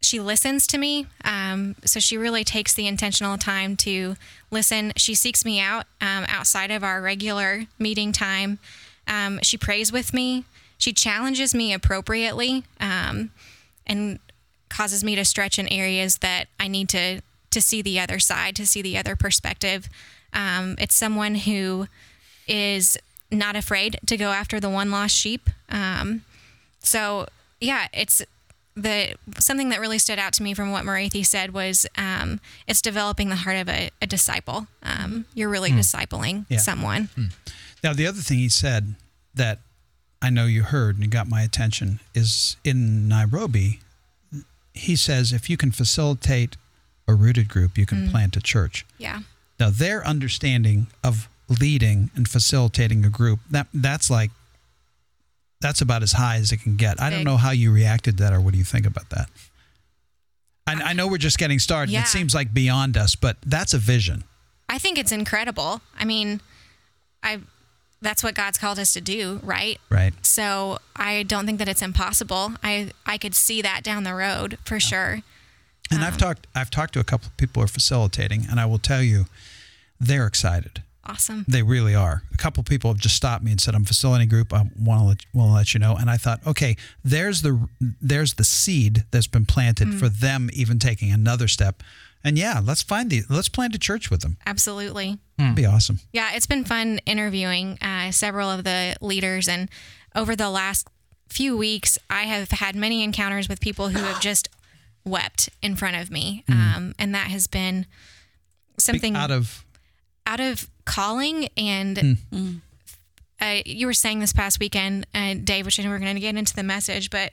E: she listens to me, um, so she really takes the intentional time to listen. She seeks me out um, outside of our regular meeting time. Um, she prays with me. She challenges me appropriately, um, and causes me to stretch in areas that I need to to see the other side, to see the other perspective. Um, it's someone who is not afraid to go after the one lost sheep. Um, so yeah, it's the something that really stood out to me from what Morathi said was um, it's developing the heart of a, a disciple. Um, you're really discipling
D: Yeah.
E: someone.
D: Now, the other thing he said that I know you heard and it got my attention is in Nairobi, he says if you can facilitate a rooted group, you
E: Mm.
D: can plant a church.
E: Yeah.
D: Now, their understanding of leading and facilitating a group, that that's like, that's about as high as it can get. I don't
E: Big.
D: know how you reacted to that or what do you think about that? I, I know we're just getting started. and
E: Yeah.
D: It seems like beyond us, but that's a vision.
E: I think it's incredible. I mean, I that's what God's called us to do, right?
D: Right.
E: So I don't think that it's impossible. I I could see that down the road for sure.
D: And I've
E: Uh-huh.
D: talked I've talked to a couple of people who are facilitating, and I will tell you, they're excited.
E: Awesome.
D: They really are. A couple of people have just stopped me and said, "I'm facilitating a group. I want to let, want to let you know." And I thought, okay, there's the there's the seed that's been planted for
E: Mm.
D: them even taking another step. And yeah, let's find the let's plant a church with them.
E: Absolutely.
D: It'd be awesome.
E: Yeah, it's been fun interviewing uh, several of the leaders, and over the last few weeks, I have had many encounters with people who
D: [sighs]
E: have just wept in front of me, um, and that has been something
D: Mm-hmm. out of
E: out of calling and uh, you were saying this past weekend uh, dave which i know we're going to get into the message but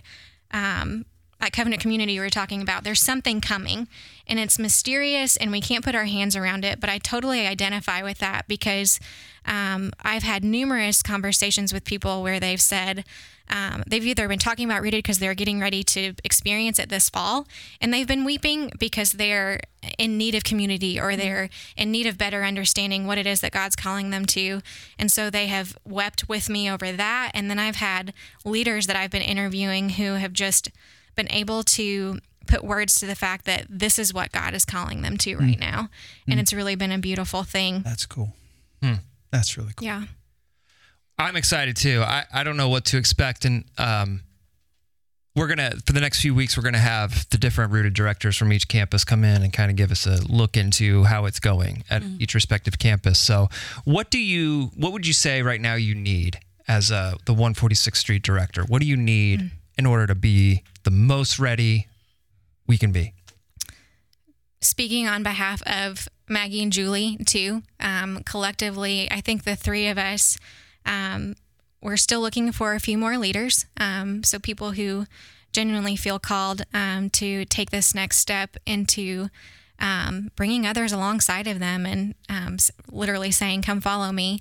E: um, at covenant community we were talking about there's something coming and it's mysterious and we can't put our hands around it but i totally identify with that because um, i've had numerous conversations with people where they've said um, they've either been talking about rooted because they're getting ready to experience it this fall and they've been weeping because they're in need of community or they're in need of better understanding what it is that god's calling them to and so they have wept with me over that and then i've had leaders that i've been interviewing who have just been able to put words to the fact that this is what god is calling them to right now and it's really been a beautiful thing
D: that's cool. That's really cool.
E: yeah
A: I'm excited too. I, I don't know what to expect, and um, we're gonna for the next few weeks we're gonna have the different rooted directors from each campus come in and kind of give us a look into how it's going at each respective campus so what do you what would you say right now you need as uh the 146th street director what do you need in order to be the most ready we can be
E: speaking on behalf of Maggie and Julie too. Um, collectively, I think the three of us, um, we're still looking for a few more leaders. Um, so people who genuinely feel called um, to take this next step into um, bringing others alongside of them and um, s- literally saying, "Come follow me."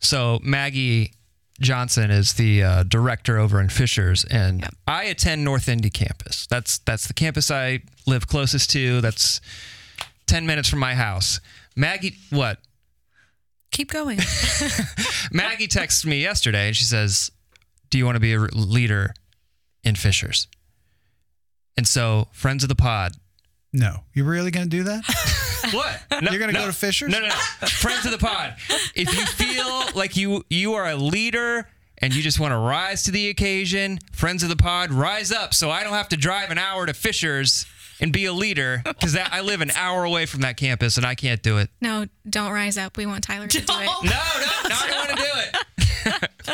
A: So Maggie Johnson is the uh, director over in Fishers, and I attend North Indy campus. That's that's the campus I live closest to. That's ten minutes from my house. Maggie, what?
C: Keep going.
A: Maggie texted me yesterday, and she says, "Do you want to be a re- leader in Fishers?" And so, friends of the pod,
D: No, you really going to do that?
A: What? [laughs]
D: You're gonna go to Fisher's?
A: No, no, no. Friends of the pod. If you feel like you you are a leader and you just want to rise to the occasion, friends of the pod, rise up so I don't have to drive an hour to Fisher's and be a leader because I live an hour away from that campus and I can't do it.
E: No, don't rise up. We want Tyler to do it.
A: No, no, no, I don't want to do it.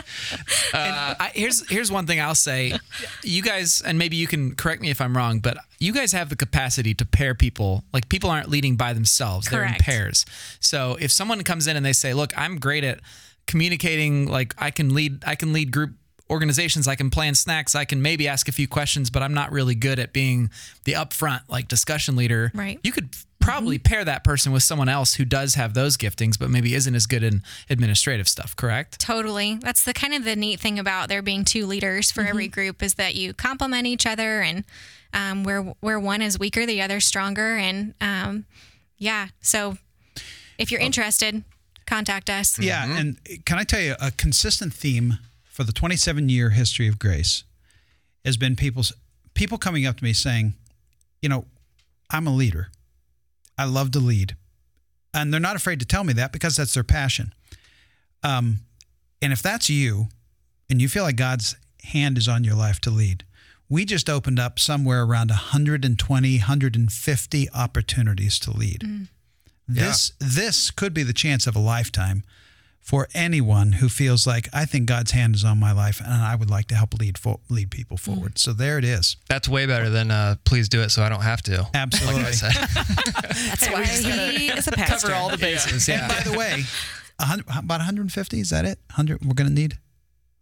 E: Uh,
B: I, here's here's one thing I'll say.
E: [laughs]
B: You guys, and maybe you can correct me if I'm wrong, but you guys have the capacity to pair people. Like people aren't leading by themselves; they're in
E: Correct.
B: pairs. So if someone comes in and they say, "Look, I'm great at communicating. Like I can lead. I can lead group." organizations i can plan snacks i can maybe ask a few questions but i'm not really good at being the upfront like discussion leader
E: Right. Mm-hmm.
B: you could probably pair that person with someone else who does have those giftings but maybe isn't as good in administrative stuff correct
E: Totally. That's the kind of the neat thing about there being two leaders for
A: Mm-hmm.
E: every group is that you complement each other and um, where where one is weaker, the other's stronger. And um, yeah, so if you're interested, contact us.
D: Yeah, and can I tell you a consistent theme for the 27 year history of Grace has been people's people coming up to me saying, you know, I'm a leader. I love to lead. And they're not afraid to tell me that because that's their passion. Um, and if that's you and you feel like God's hand is on your life to lead, we just opened up somewhere around 120, 150 opportunities to lead. This this could be the chance of a lifetime for anyone who feels like I think God's hand is on my life and I would like to help lead for, lead people forward. So there it is.
A: That's way better than uh, please do it so I don't have to.
D: Absolutely.
A: Like I [laughs] said.
C: [laughs] That's why he is a pastor.
B: all the bases
A: Yeah.
D: By the way, 100, about 150 is that it? 100 we're going to need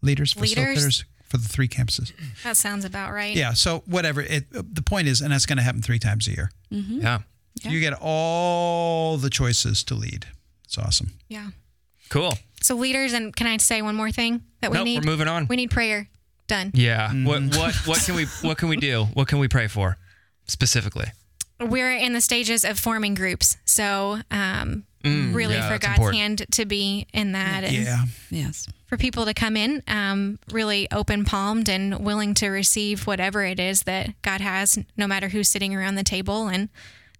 D: leaders,
E: Leaders. Mm.
D: facilitators for the three campuses.
E: That sounds about right.
D: Yeah, so whatever it the point is and that's going to happen 3 times a year.
A: yeah.
D: You get all the choices to lead. It's awesome.
E: Yeah.
A: Cool.
E: So leaders, and can I say one more thing that we
A: Nope,
E: need?
A: we're moving on.
E: We need prayer. Done.
A: Yeah. What what what can we what can we do? What can we pray for specifically?
E: we're in the stages of forming groups. So um, really
A: Mm, yeah,
E: for
A: that's
E: God's
A: important.
E: hand to be in that and
D: Yeah.
C: Yes.
E: for people to come in um, really open palmed and willing to receive whatever it is that God has, no matter who's sitting around the table and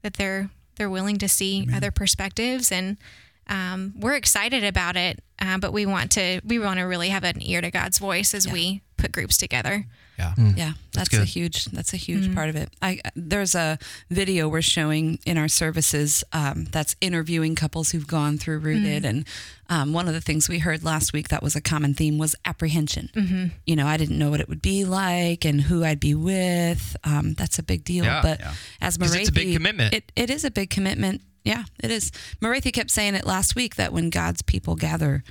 E: that they're they're willing to see other perspectives and um, we're excited about it, uh, but we want to we want to really have an ear to God's voice as we put groups together.
B: yeah
C: Yeah, that's, a
A: good.
C: huge that's a huge part of it. I there's a video we're showing in our services um, that's interviewing couples who've gone through rooted, and um, one of the things we heard last week that was a common theme was apprehension. You know, I didn't know what it would be like and who I'd be with. Um, that's a big deal.
A: Yeah.
C: but as
A: 'Cause
C: Marathi,
A: it's a big commitment.
C: It, it is a big commitment. Yeah, it is. Marathi kept saying it last week that when God's people gather,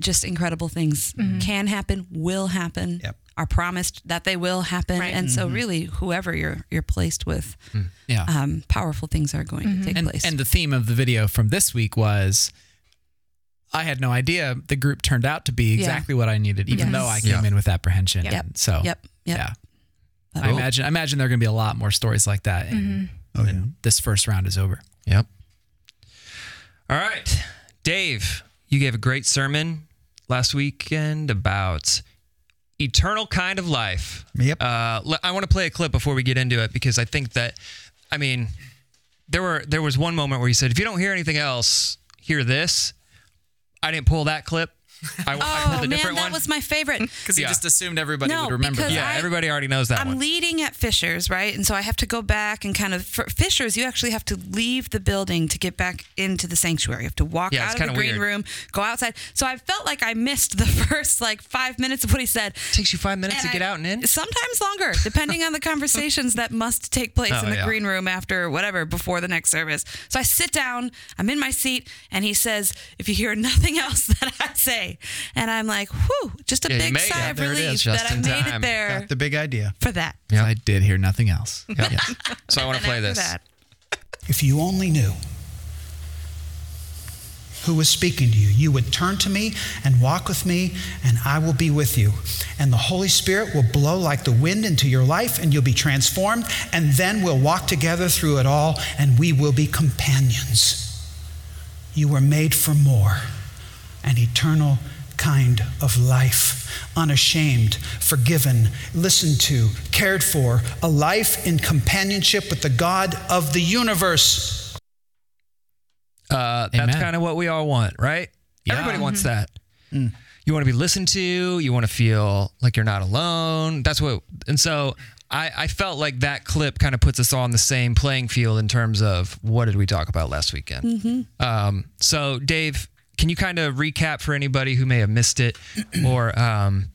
C: just incredible things can happen, will happen,
D: Yep.
C: are promised that they will happen.
E: Right.
C: And
A: Mm-hmm.
C: so really whoever you're you're placed with,
B: yeah
C: um, powerful things are going to take
B: and,
C: place.
B: and the theme of the video from this week was I had no idea the group turned out to be exactly what I needed, even
C: Yes.
B: though I came in with apprehension.
E: Yep.
B: And So
C: yep. Yep.
B: yeah.
C: That
B: I
C: was-
B: imagine I imagine there are gonna be a lot more stories like that and
C: Mm-hmm.
D: Oh, yeah.
B: this first round is over.
A: Yep. All right. Dave, you gave a great sermon last weekend about eternal kind of life.
D: Yep.
A: Uh, le- I want to play a clip before we get into it because I think that, I mean, there were there was one moment where you said, if you don't hear anything else, hear this. I didn't pull that clip. I, I
C: [laughs] Oh
A: pulled a
C: man,
A: different
C: that
A: one.
C: was
A: [laughs]
C: my favorite.
B: because he
A: Yeah.
B: just assumed everybody
C: No,
B: would remember.
C: because
B: that.
A: yeah,
C: I-
A: everybody already knows that
C: I'm
A: one.
C: leading at Fisher's, right? And so I have to go back and kind of for Fisher's. You actually have to leave the building to get back into the sanctuary. You have to walk
A: Yeah, it's
C: out of the
A: kinda
C: green
A: weird.
C: room, go outside. So I felt like I missed the [laughs] first like five minutes of what he said.
A: Takes you five minutes to
C: And
A: get
C: I-
A: out and
C: [laughs]
A: in.
C: Sometimes longer, depending on the conversations that must take place
A: Oh,
C: in the
A: yeah.
C: green room after whatever, before the next service. So I sit down, I'm in my seat, and he says, If you hear nothing [laughs] else that I say. And I'm like, Whew, just a
A: Yeah, you
C: big
A: made it.
C: sigh
A: Yeah,
C: of
A: there it is.
C: relief
A: Just
C: that I
A: in
C: made
A: time.
C: it there
D: The big idea.
C: for that.
A: Yeah.
B: I did hear nothing else.
A: [laughs]
B: Yeah.
A: So I want to play this.
C: That.
F: If you only knew who was speaking to you, you would turn to me and walk with me, and I will be with you. And the Holy Spirit will blow like the wind into your life, and you'll be transformed. And then we'll walk together through it all, and we will be companions. You were made for more an eternal kind of life, unashamed, forgiven, listened to, cared for, a life in companionship with the God of the universe.
A: Uh, that's
B: Amen.
A: kind of what we all want, right? Everybody wants that. You want to be listened to. You want to feel like you're not alone. That's what. And so I, I felt like that clip kind of puts us all on the same playing field in terms of what did we talk about last weekend. Um, so Dave, can you kind of recap for anybody who may have missed it, or um,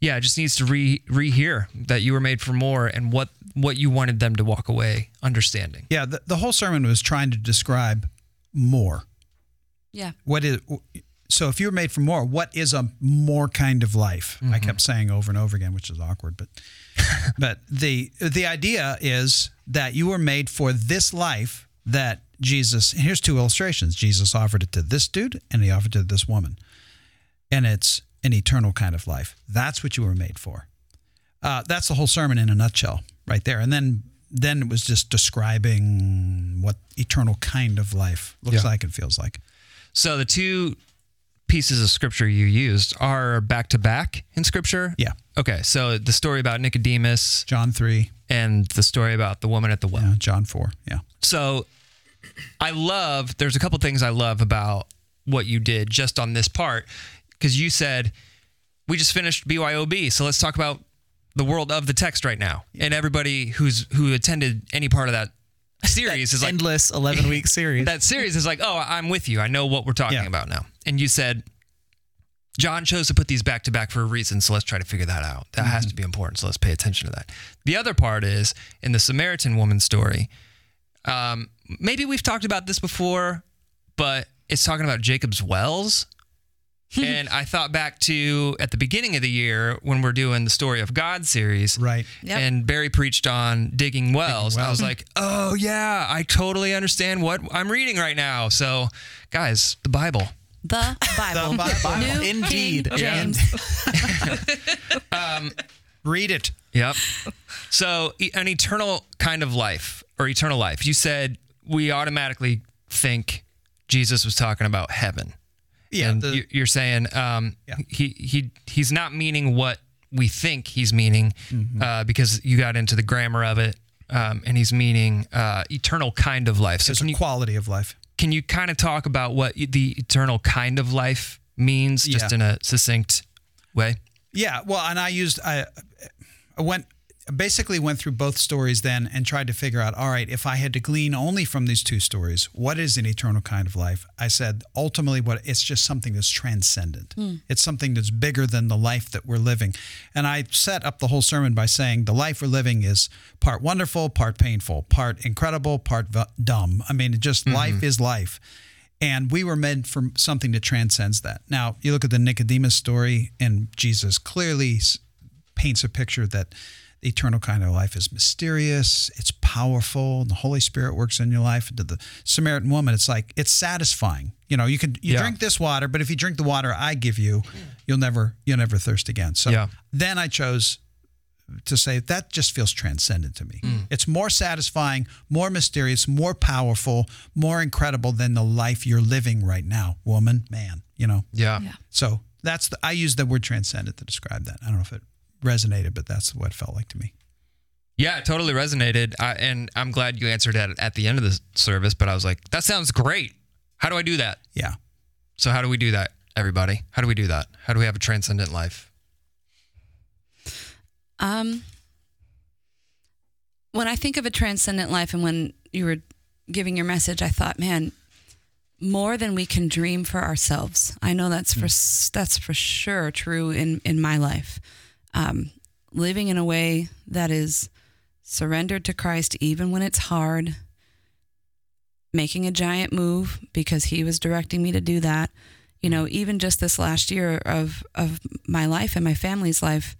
A: yeah, just needs to re rehear that you were made for more and what what you wanted them to walk away understanding.
D: Yeah, the, the whole sermon was trying to describe more.
C: Yeah.
D: What is so if you're made for more, what is a more kind of life? I kept saying over and over again, which is awkward, but but the the idea is that you were made for this life that Jesus and here's two illustrations. Jesus offered it to this dude and he offered it to this woman. And it's an eternal kind of life. That's what you were made for. Uh, that's the whole sermon in a nutshell, right there. And then then it was just describing what eternal kind of life looks
A: Yeah.
D: like and feels like.
A: So the two pieces of scripture you used are back to back in scripture.
D: Yeah.
A: Okay. So the story about Nicodemus
D: John three.
A: and the story about the woman at the well.
D: Yeah, John 4. Yeah.
A: So I love, there's a couple things I love about what you did just on this part, because you said, we just finished BYOB. So let's talk about the world of the text right now. And everybody who's who attended any part of that series is like,
B: Endless 11 week series.
A: that series is like, oh, I'm with you. I know what we're talking
D: Yeah.
A: about now. And you said, John chose to put these back to back for a reason. So let's try to figure that out. That has to be important. So let's pay attention to that. The other part is in the Samaritan woman story. Um, maybe we've talked about this before, but it's talking about Jacob's wells. and I thought back to at the beginning of the year when we're doing the Story of God series.
D: Right.
C: Yep.
A: And Barry preached on digging wells. I was like, oh, yeah, I totally understand what I'm reading right now. So, guys, the Bible. [laughs]
C: The Bible.
B: Bible.
C: New
B: Indeed.
C: King
B: Yeah.
C: James.
D: Read it.
A: Yep. Um, so, e- an eternal kind of life or eternal life. You said we automatically think Jesus was talking about heaven.
D: Yeah.
A: and
D: the-
A: you- you're saying um,
D: Yeah.
A: he he he's not meaning what we think he's meaning
D: Mm-hmm.
A: uh, because you got into the grammar of it, um, and he's meaning uh, eternal kind of life. So
D: it's
A: can
D: a
A: you
D: quality of life.
A: can you kind of talk about what e- the eternal kind of life means, just
D: Yeah.
A: in a succinct way?
D: Yeah. Well, and I used, I, I went, basically went through both stories then and tried to figure out, all right, if I had to glean only from these two stories, what is an eternal kind of life? I said, ultimately, what it's just something that's transcendent. It's something that's bigger than the life that we're living. And I set up the whole sermon by saying the life we're living is part wonderful, part painful, part incredible, part v- dumb. I mean, it just life is life. And we were meant for something that transcends that. Now, you look at the Nicodemus story, and Jesus clearly s- paints a picture that the eternal kind of life is mysterious, it's powerful, and the Holy Spirit works in your life. And to the Samaritan woman, it's like it's satisfying. You know, you can you
A: Yeah.
D: drink this water, but if you drink the water I give you, you'll never you'll never thirst again. So
A: Yeah.
D: then I chose to say that just feels transcendent to me.
A: Mm.
D: It's more satisfying, more mysterious, more powerful, more incredible than the life you're living right now, woman, man, you know.
A: Yeah.
D: So that's the, I use the word transcendent to describe that. I don't know if it resonated, but that's what it felt like to me.
A: Yeah, it totally resonated. I, and I'm glad you answered that at the end of the service, but I was like, that sounds great. How do I do that?
D: Yeah.
A: So, how do we do that? everybody? How do we do that? How do we have a transcendent life?
C: Um, when I think of a transcendent life, and when you were giving your message, I thought, man, more than we can dream for ourselves. I know that's for s that's for sure true in in my life. Um, living in a way that is surrendered to Christ, even when it's hard. Making a giant move because He was directing me to do that. You know, even just this last year of of my life and my family's life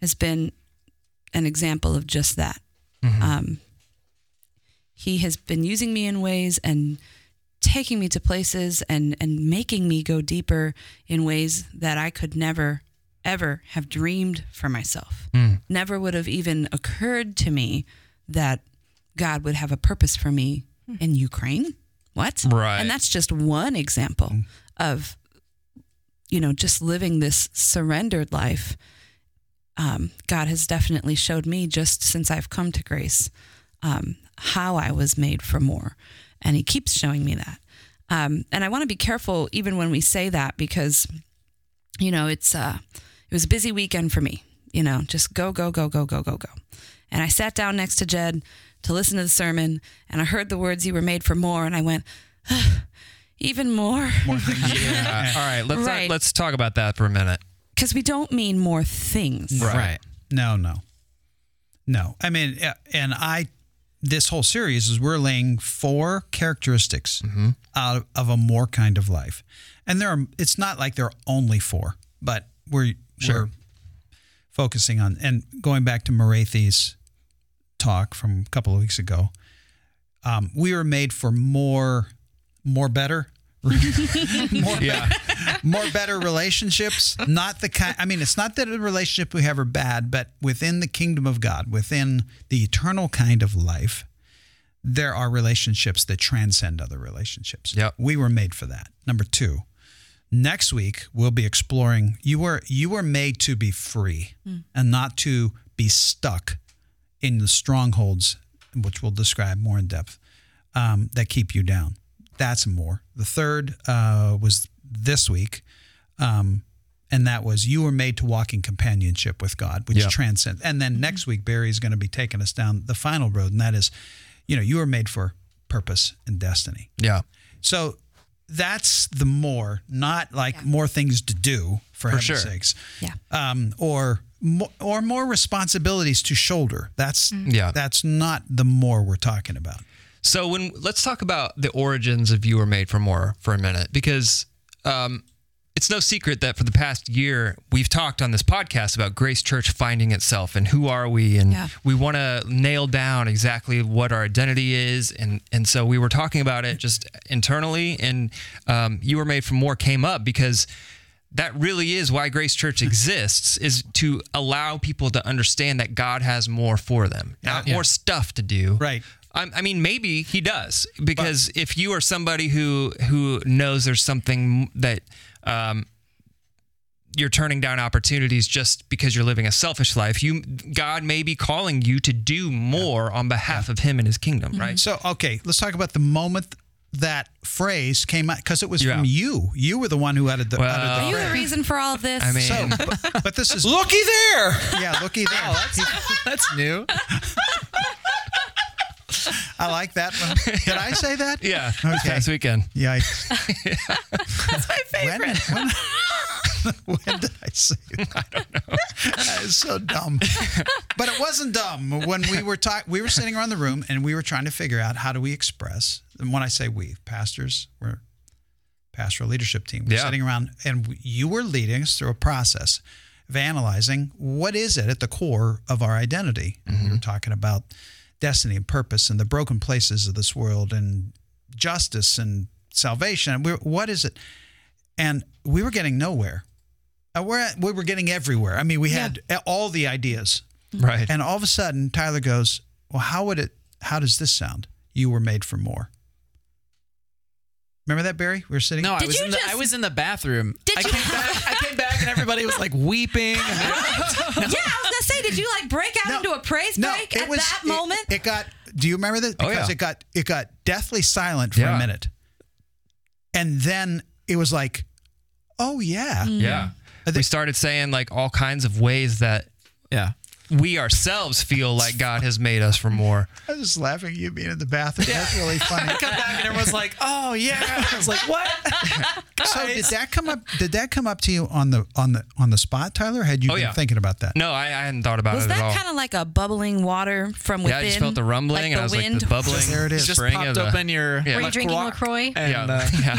C: has been an example of just that. Um, he has been using me in ways and taking me to places and and making me go deeper in ways that I could never ever have dreamed for myself. Never would have even occurred to me that God would have a purpose for me in Ukraine. What?
A: Right.
C: And that's just one example of you know just living this surrendered life. Um, God has definitely showed me just since I've come to grace um, how I was made for more. And he keeps showing me that. Um, and I want to be careful even when we say that because, you know, it's uh, it was a busy weekend for me. You know, just go, go, go, go, go, go, go. And I sat down next to Jed to listen to the sermon, and I heard the words "You were made for more," and I went, even more,
A: Yeah. [laughs]
D: [laughs]
A: All right, let's uh,
C: Right.
A: let's talk about that for a minute.
C: because we don't mean more things.
B: Right.
D: No, no, no. I mean, uh, and I, this whole series is we're laying four characteristics out of, of a more kind of life, and there are. It's not like there are only four, but we're we're focusing on and going back to Morathi's talk from a couple of weeks ago. Um, we were made for more, more better. [laughs] more
A: Yeah.
D: more better relationships. Not the kind. I mean, it's not that the relationship we have are bad, but within the kingdom of God, within the eternal kind of life, there are relationships that transcend other relationships.
A: Yep.
D: we were made for that. Number two. Next week we'll be exploring. You were you were made to be free and not to be stuck in the strongholds, which we'll describe more in depth, um, that keep you down. That's more. The third uh, was this week, um, and that was you were made to walk in companionship with God, which
A: Yeah.
D: transcends. And then next week, Barry is going to be taking us down the final road, and that is, you know, you were made for purpose and destiny.
A: Yeah.
D: So that's the more, not like more things to do for, heaven's
A: sure.
D: sakes.
C: Yeah.
D: Um, or mo- or more responsibilities to shoulder. That's
A: Yeah.
D: That's not the more we're talking about.
A: So when let's talk about the origins of you were made for more for a minute because um, it's no secret that for the past year we've talked on this podcast about Grace Church finding itself and who are we and
C: Yeah.
A: we want to nail down exactly what our identity is and and so we were talking about it just internally and um, you were made for more came up because that really is why Grace Church exists is to allow people to understand that God has more for them not more stuff to do
D: Right.
A: I, I mean, maybe he does because if you are somebody who who knows there's something that um, you're turning down opportunities just because you're living a selfish life, you God may be calling you to do more on behalf of Him and His kingdom, right?
C: Mm-hmm.
D: So okay, let's talk about the moment that phrase came out because it was
A: Yeah.
D: from you. You were the one who added the.
A: Well-
C: Are
D: added
C: you
D: the
C: the
D: phrase.
C: reason for all of this?
A: I mean, [laughs]
D: so, [laughs] but, but this is
F: Looky there!
D: yeah. Looky there.
B: That's new.
D: I like that
A: [laughs]
D: one. Did I say that?
A: yeah, this
D: [laughs] Okay.
A: past weekend. [laughs]
D: Yikes. That's my favorite. When, when, [laughs] when did I say that? I don't know. That is so dumb. But it wasn't dumb. When we were talking, we were sitting around the room and we were trying to figure out how do we express. And when I say we, pastors, we're pastoral leadership team. We're
A: Yeah.
D: sitting around and you were leading us through a process of analyzing what is it at the core of our identity. And We were talking about destiny and purpose and the broken places of this world and justice and salvation. And we, what is it? And we were getting nowhere. Uh, We're at, we were getting everywhere. I mean, we had all the ideas.
C: Mm-hmm.
A: Right.
D: And all of a sudden, Tyler goes, "Well, how would it? How does this sound? You were made for more." Remember that, Barry? We were sitting.
B: No, I
C: Did
B: was
C: you
B: in the I
C: just-
B: was in the bathroom.
C: Did
B: I
C: you-
B: came back I came back and everybody was like
C: [laughs]
B: weeping. and they-
C: [laughs] Yeah, I was gonna say, did you like break out into a praise break at that
D: it-
C: moment?
D: It, got. Do you remember that?
A: Oh,
D: Because
A: yeah.
D: it got it got deathly silent for
A: Yeah.
D: a minute, and then it was like, oh yeah.
C: Mm.
A: Yeah. We started saying like all kinds of ways that
B: Yeah.
A: we ourselves feel like God has made us for more.
D: I was just laughing at you being in the bathroom. That's
C: [laughs]
D: really funny.
B: Come back and everyone's like, oh yeah. [laughs] I was like, what?
D: so did that come up? Did that come up to you on the on the on the spot, Tyler? Had you
A: Oh,
D: been
A: yeah.
D: thinking about that?
A: No, I, I hadn't thought about
C: Was
A: it at all.
C: that kind of like a bubbling water from
A: yeah,
C: within?
A: I just felt the rumbling,
C: like
A: and I was
C: the
A: like,
C: wind?
A: the bubbling.
D: There it is.
B: It just
A: spring
B: popped
A: of the-
B: open your.
A: Yeah. Were
E: you drinking LaCroix?
B: And,
A: Yeah, [laughs]
B: uh,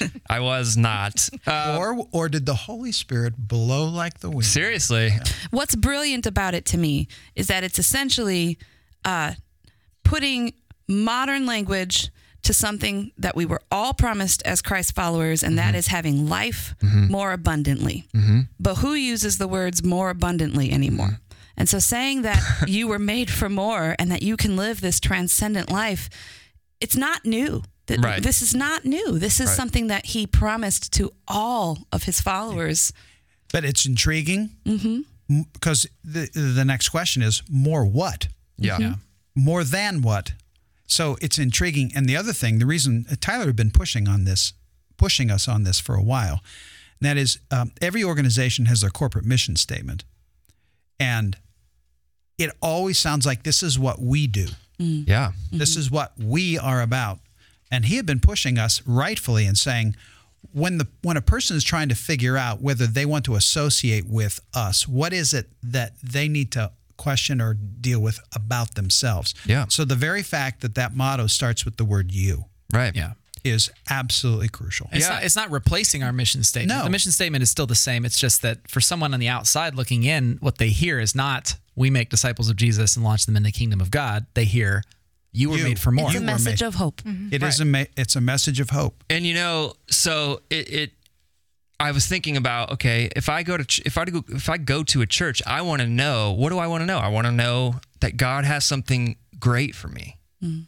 A: yeah. I was not. Uh,
D: or or did the Holy Spirit blow like the wind?
A: seriously.
C: What's brilliant about it to me is that it's essentially uh, putting modern language to something that we were all promised as Christ followers, and
D: Mm-hmm.
C: that is having life more abundantly. But who uses the words more abundantly anymore?
D: Mm-hmm.
C: And so saying
D: [laughs]
C: that you were made for more and that you can live this transcendent life, it's not new. Th-
A: Right.
C: This is not new. This is something that he promised to all of his followers.
D: But it's intriguing mm-hmm. because the the next question is more what?
A: Yeah.
D: more than what. So it's intriguing. And the other thing, the reason uh, Tyler had been pushing on this, pushing us on this for a while, and that is um, every organization has their corporate mission statement, and it always sounds like this is what we do.
A: Yeah.
D: This is what we are about. And he had been pushing us rightfully and saying, when the when a person is trying to figure out whether they want to associate with us, what is it that they need to question or deal with about themselves?
A: Yeah.
D: So the very fact that that motto starts with the word "you"
A: Right.
B: yeah.
D: is absolutely crucial.
B: It's, not, it's not replacing our mission statement.
D: No.
B: The mission statement is still the same. It's just that for someone on the outside looking in, what they hear is not we make disciples of Jesus and launch them in the kingdom of God. They hear you were
D: You.
B: made for more.
C: It's a
D: were
C: message
D: made-
C: of hope.
D: It is a me- it's a message of hope.
A: And you know, so it, it I was thinking about okay, if I go to ch- if I go if I go to a church, I want to know what do I want to know? I want to know that God has something great for me.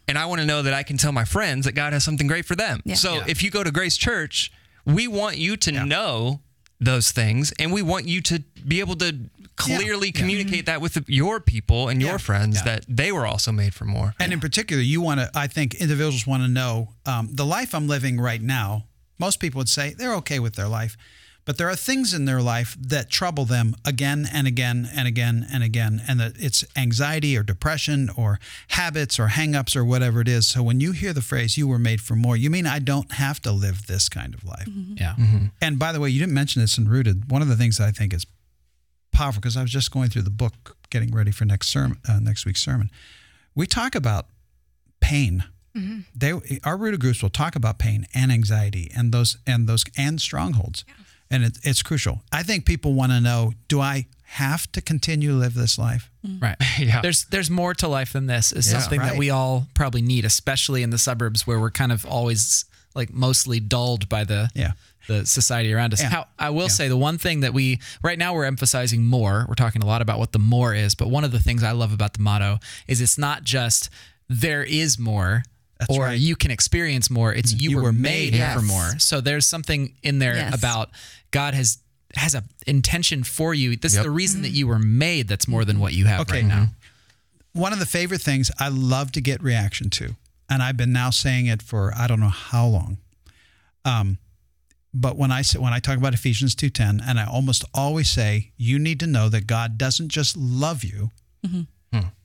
A: And I want to know that I can tell my friends that God has something great for them.
C: Yeah.
A: So if you go to Grace Church, we want you to know those things and we want you to be able to clearly communicate that with the- your people and your friends that they were also made for more.
D: And in particular, you want to. I think individuals want to know um, the life I'm living right now. Most people would say they're okay with their life, but there are things in their life that trouble them again and again and again and again, and that it's anxiety or depression or habits or hangups or whatever it is. So when you hear the phrase "you were made for more," you mean I don't have to live this kind of life.
B: yeah.
D: And by the way, you didn't mention this in Rooted. One of the things that I think is powerful, because I was just going through the book, getting ready for next sermon, uh, next week's sermon. We talk about pain. They, our Rooted groups will talk about pain and anxiety and those and those and strongholds, and it, it's crucial. I think people want to know: Do I have to continue to live this life?
B: Right.
A: Yeah.
B: There's there's more to life than this. Is
D: Yeah,
B: something
D: right.
B: that we all probably need, especially in the suburbs where we're kind of always like mostly dulled by the
D: Yeah.
B: the society around us. How I will say the one thing that we right now we're emphasizing more. We're talking a lot about what the more is, but one of the things I love about the motto is it's not just there is more. or
D: right.
B: you can experience more. It's you, were, made,
C: Yes.
B: for more. So there's something in there
C: Yes.
B: about God has has a intention for you. This is the reason that you were made. That's more than what you have
D: Okay. Mm-hmm.
B: right now.
D: one of the favorite things I love to get reaction to, and I've been now saying it for I don't know how long. Um, but when I say, when I talk about Ephesians two ten, and I almost always say, you need to know that God doesn't just love you;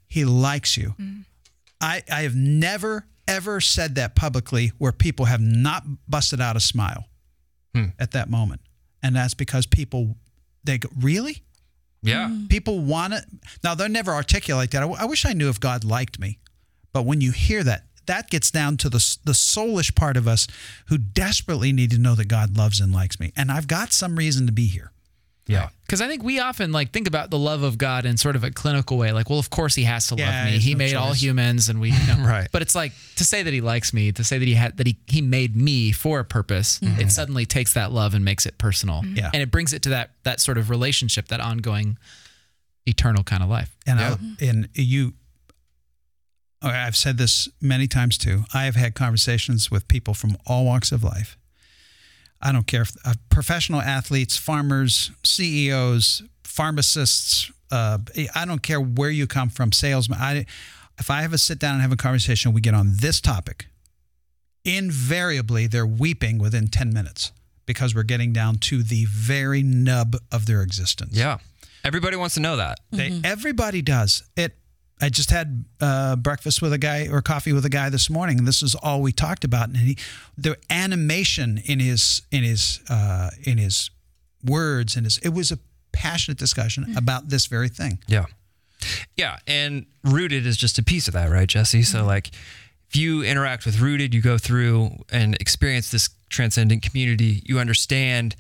D: He likes you. I I have never ever said that publicly where people have not busted out a smile at that moment, and that's because people they go, really
A: yeah.
D: people want to now they'll never articulate that I, w- I wish i knew if god liked me but when you hear that that gets down to the, s- the soulish part of us who desperately need to know that god loves and likes me and i've got some reason to be here
A: Yeah.
B: Because I think we often like think about the love of God in sort of a clinical way, like, well, of course He has to
D: Yeah,
B: love me.
D: there's
B: He
D: no
B: made all
D: choice.
B: humans, and
D: [laughs]
B: we, you know.
A: Right.
B: But it's like to say that He likes me, to say that He had that He He made me for a purpose. It suddenly takes that love and makes it personal.
D: Mm-hmm. Yeah.
B: and it brings it to that that sort of relationship, that ongoing, eternal kind of life.
D: and I, and you all right, I've said this many times too. I have had conversations with people from all walks of life. I don't care if uh, professional athletes, farmers, CEOs, pharmacists, uh, I don't care where you come from, salesmen. I, if I have a sit down and have a conversation, we get on this topic. Invariably, they're weeping within 10 minutes because we're getting down to the very nub of their existence.
A: Yeah. Everybody wants to know that.
D: They, Everybody does it. I just had uh, breakfast with a guy or coffee with a guy this morning, and this is all we talked about. And he, the animation in his in his uh, in his words and his it was a passionate discussion about this very thing.
A: Yeah. Yeah. And rooted is just a piece of that, right, Jesse?
E: Mm-hmm.
A: So, like, if you interact with rooted, you go through and experience this transcendent community, you understand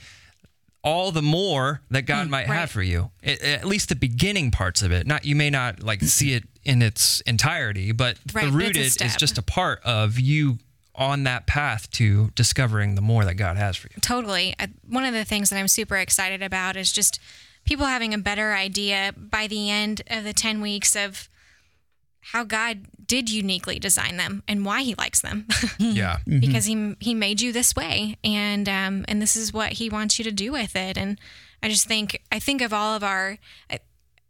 A: all the more that God
E: Mm,
A: might have for you, at, at least the beginning parts of it. Not, you may not like see it in its entirety, but
E: Mm-hmm.
A: the
E: Right, but it's a
A: rooted is
E: step.
A: just a part of you on that path to discovering the more that God has for you.
E: totally. I, one of the things that I'm super excited about is just people having a better idea by the end of the 10 weeks of how God did uniquely design them and why he likes them [laughs]
A: Yeah.
E: because he he made you this way and um and this is what he wants you to do with it and I just think I think of all of our I-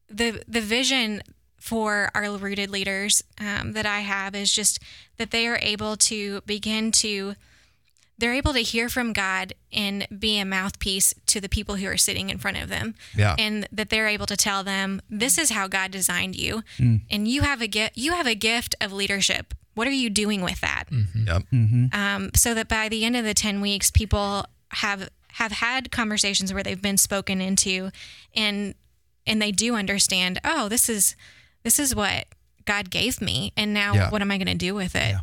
E: the the vision for our rooted leaders um, that I have is just that they are able to begin to they're able to hear from God and be a mouthpiece to the people who are sitting in front of them.
A: Yeah.
E: And that they're able to tell them, this is how God designed you.
A: Mm.
E: And you have a gift you have a gift of leadership. What are you doing with that?
A: Yep.
E: Um, so that by the end of the 10 weeks, people have have had conversations where they've been spoken into and and they do understand, oh, this is this is what God gave me. And now
A: Yeah.
E: what am I gonna do with it?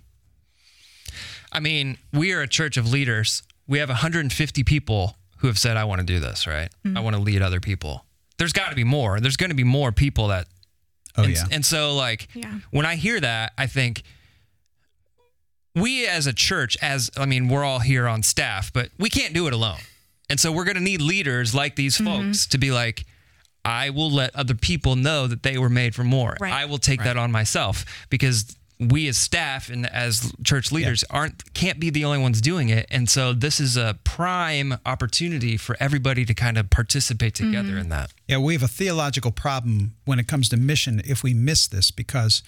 A: I mean, we are a church of leaders. We have 150 people who have said, I want to do this, right? I want to lead other people. There's got to be more. There's going to be more people that.
D: Oh
A: and,
D: yeah,
A: And so, like,
E: Yeah.
A: when I hear that, I think we as a church, as I mean, we're all here on staff, but we can't do it alone. And so, we're going to need leaders like
E: Mm-hmm.
A: these folks to be like, I will let other people know that they were made for more.
E: Right.
A: I will take that on myself because we as staff and as church leaders aren't can't be the only ones doing it. And so this is a prime opportunity for everybody to kind of participate together
E: Mm-hmm.
A: in that.
D: yeah. We have a theological problem when it comes to mission if we miss this because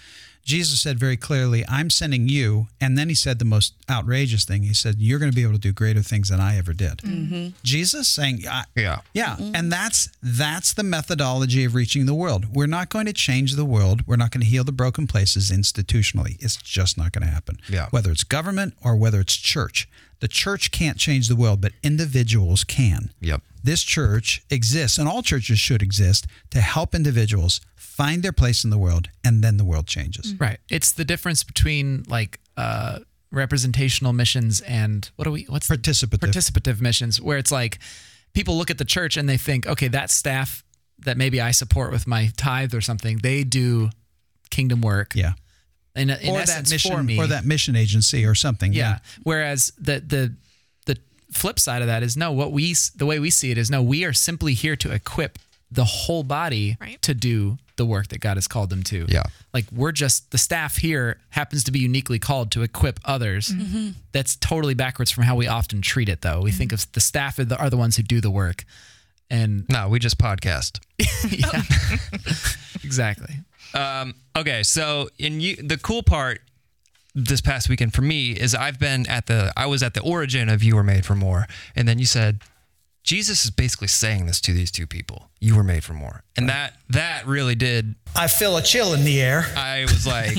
D: Jesus said very clearly, "I'm sending you," and then he said the most outrageous thing. He said, "You're going to be able to do greater things than I ever did." Jesus saying, I,
A: Yeah.
D: Yeah,
B: Mm.
D: and that's that's the methodology of reaching the world. We're not going to change the world. We're not going to heal the broken places institutionally. It's just not going to happen.
A: Yeah.
D: Whether it's government or whether it's church, the church can't change the world, but individuals can.
A: Yep.
D: This church exists, and all churches should exist to help individuals find their place in the world, and then the world changes.
B: Right. It's the difference between like uh, representational missions and what do we what's the-
D: Participative.
B: participative missions where it's like people look at the church and they think, okay, that staff that maybe I support with my tithe or something, they do kingdom work.
D: Yeah.
B: In, in
D: or
B: essence,
D: that mission,
B: for me,
D: or that mission agency, or something.
B: yeah.
A: Mm-hmm.
B: Whereas the the the flip side of that is no. What we s- the way we see it is no. We are simply here to equip the whole body
E: Right.
B: to do the work that God has called them to.
A: Yeah.
B: Like we're just the staff here happens to be uniquely called to equip others.
A: Mm-hmm.
B: That's totally backwards from how we often treat it, though. We think of the staff are the, are the ones who do the work, and [laughs]
A: No, we just podcast. [laughs]
B: yeah, exactly.
A: Um, okay, so in you, the cool part this past weekend for me is I've been at the I was at the origin of you were made for more, and then you said Jesus is basically saying this to these two people: you were made for more, and that that really did.
F: I feel a chill in the air.
A: I was like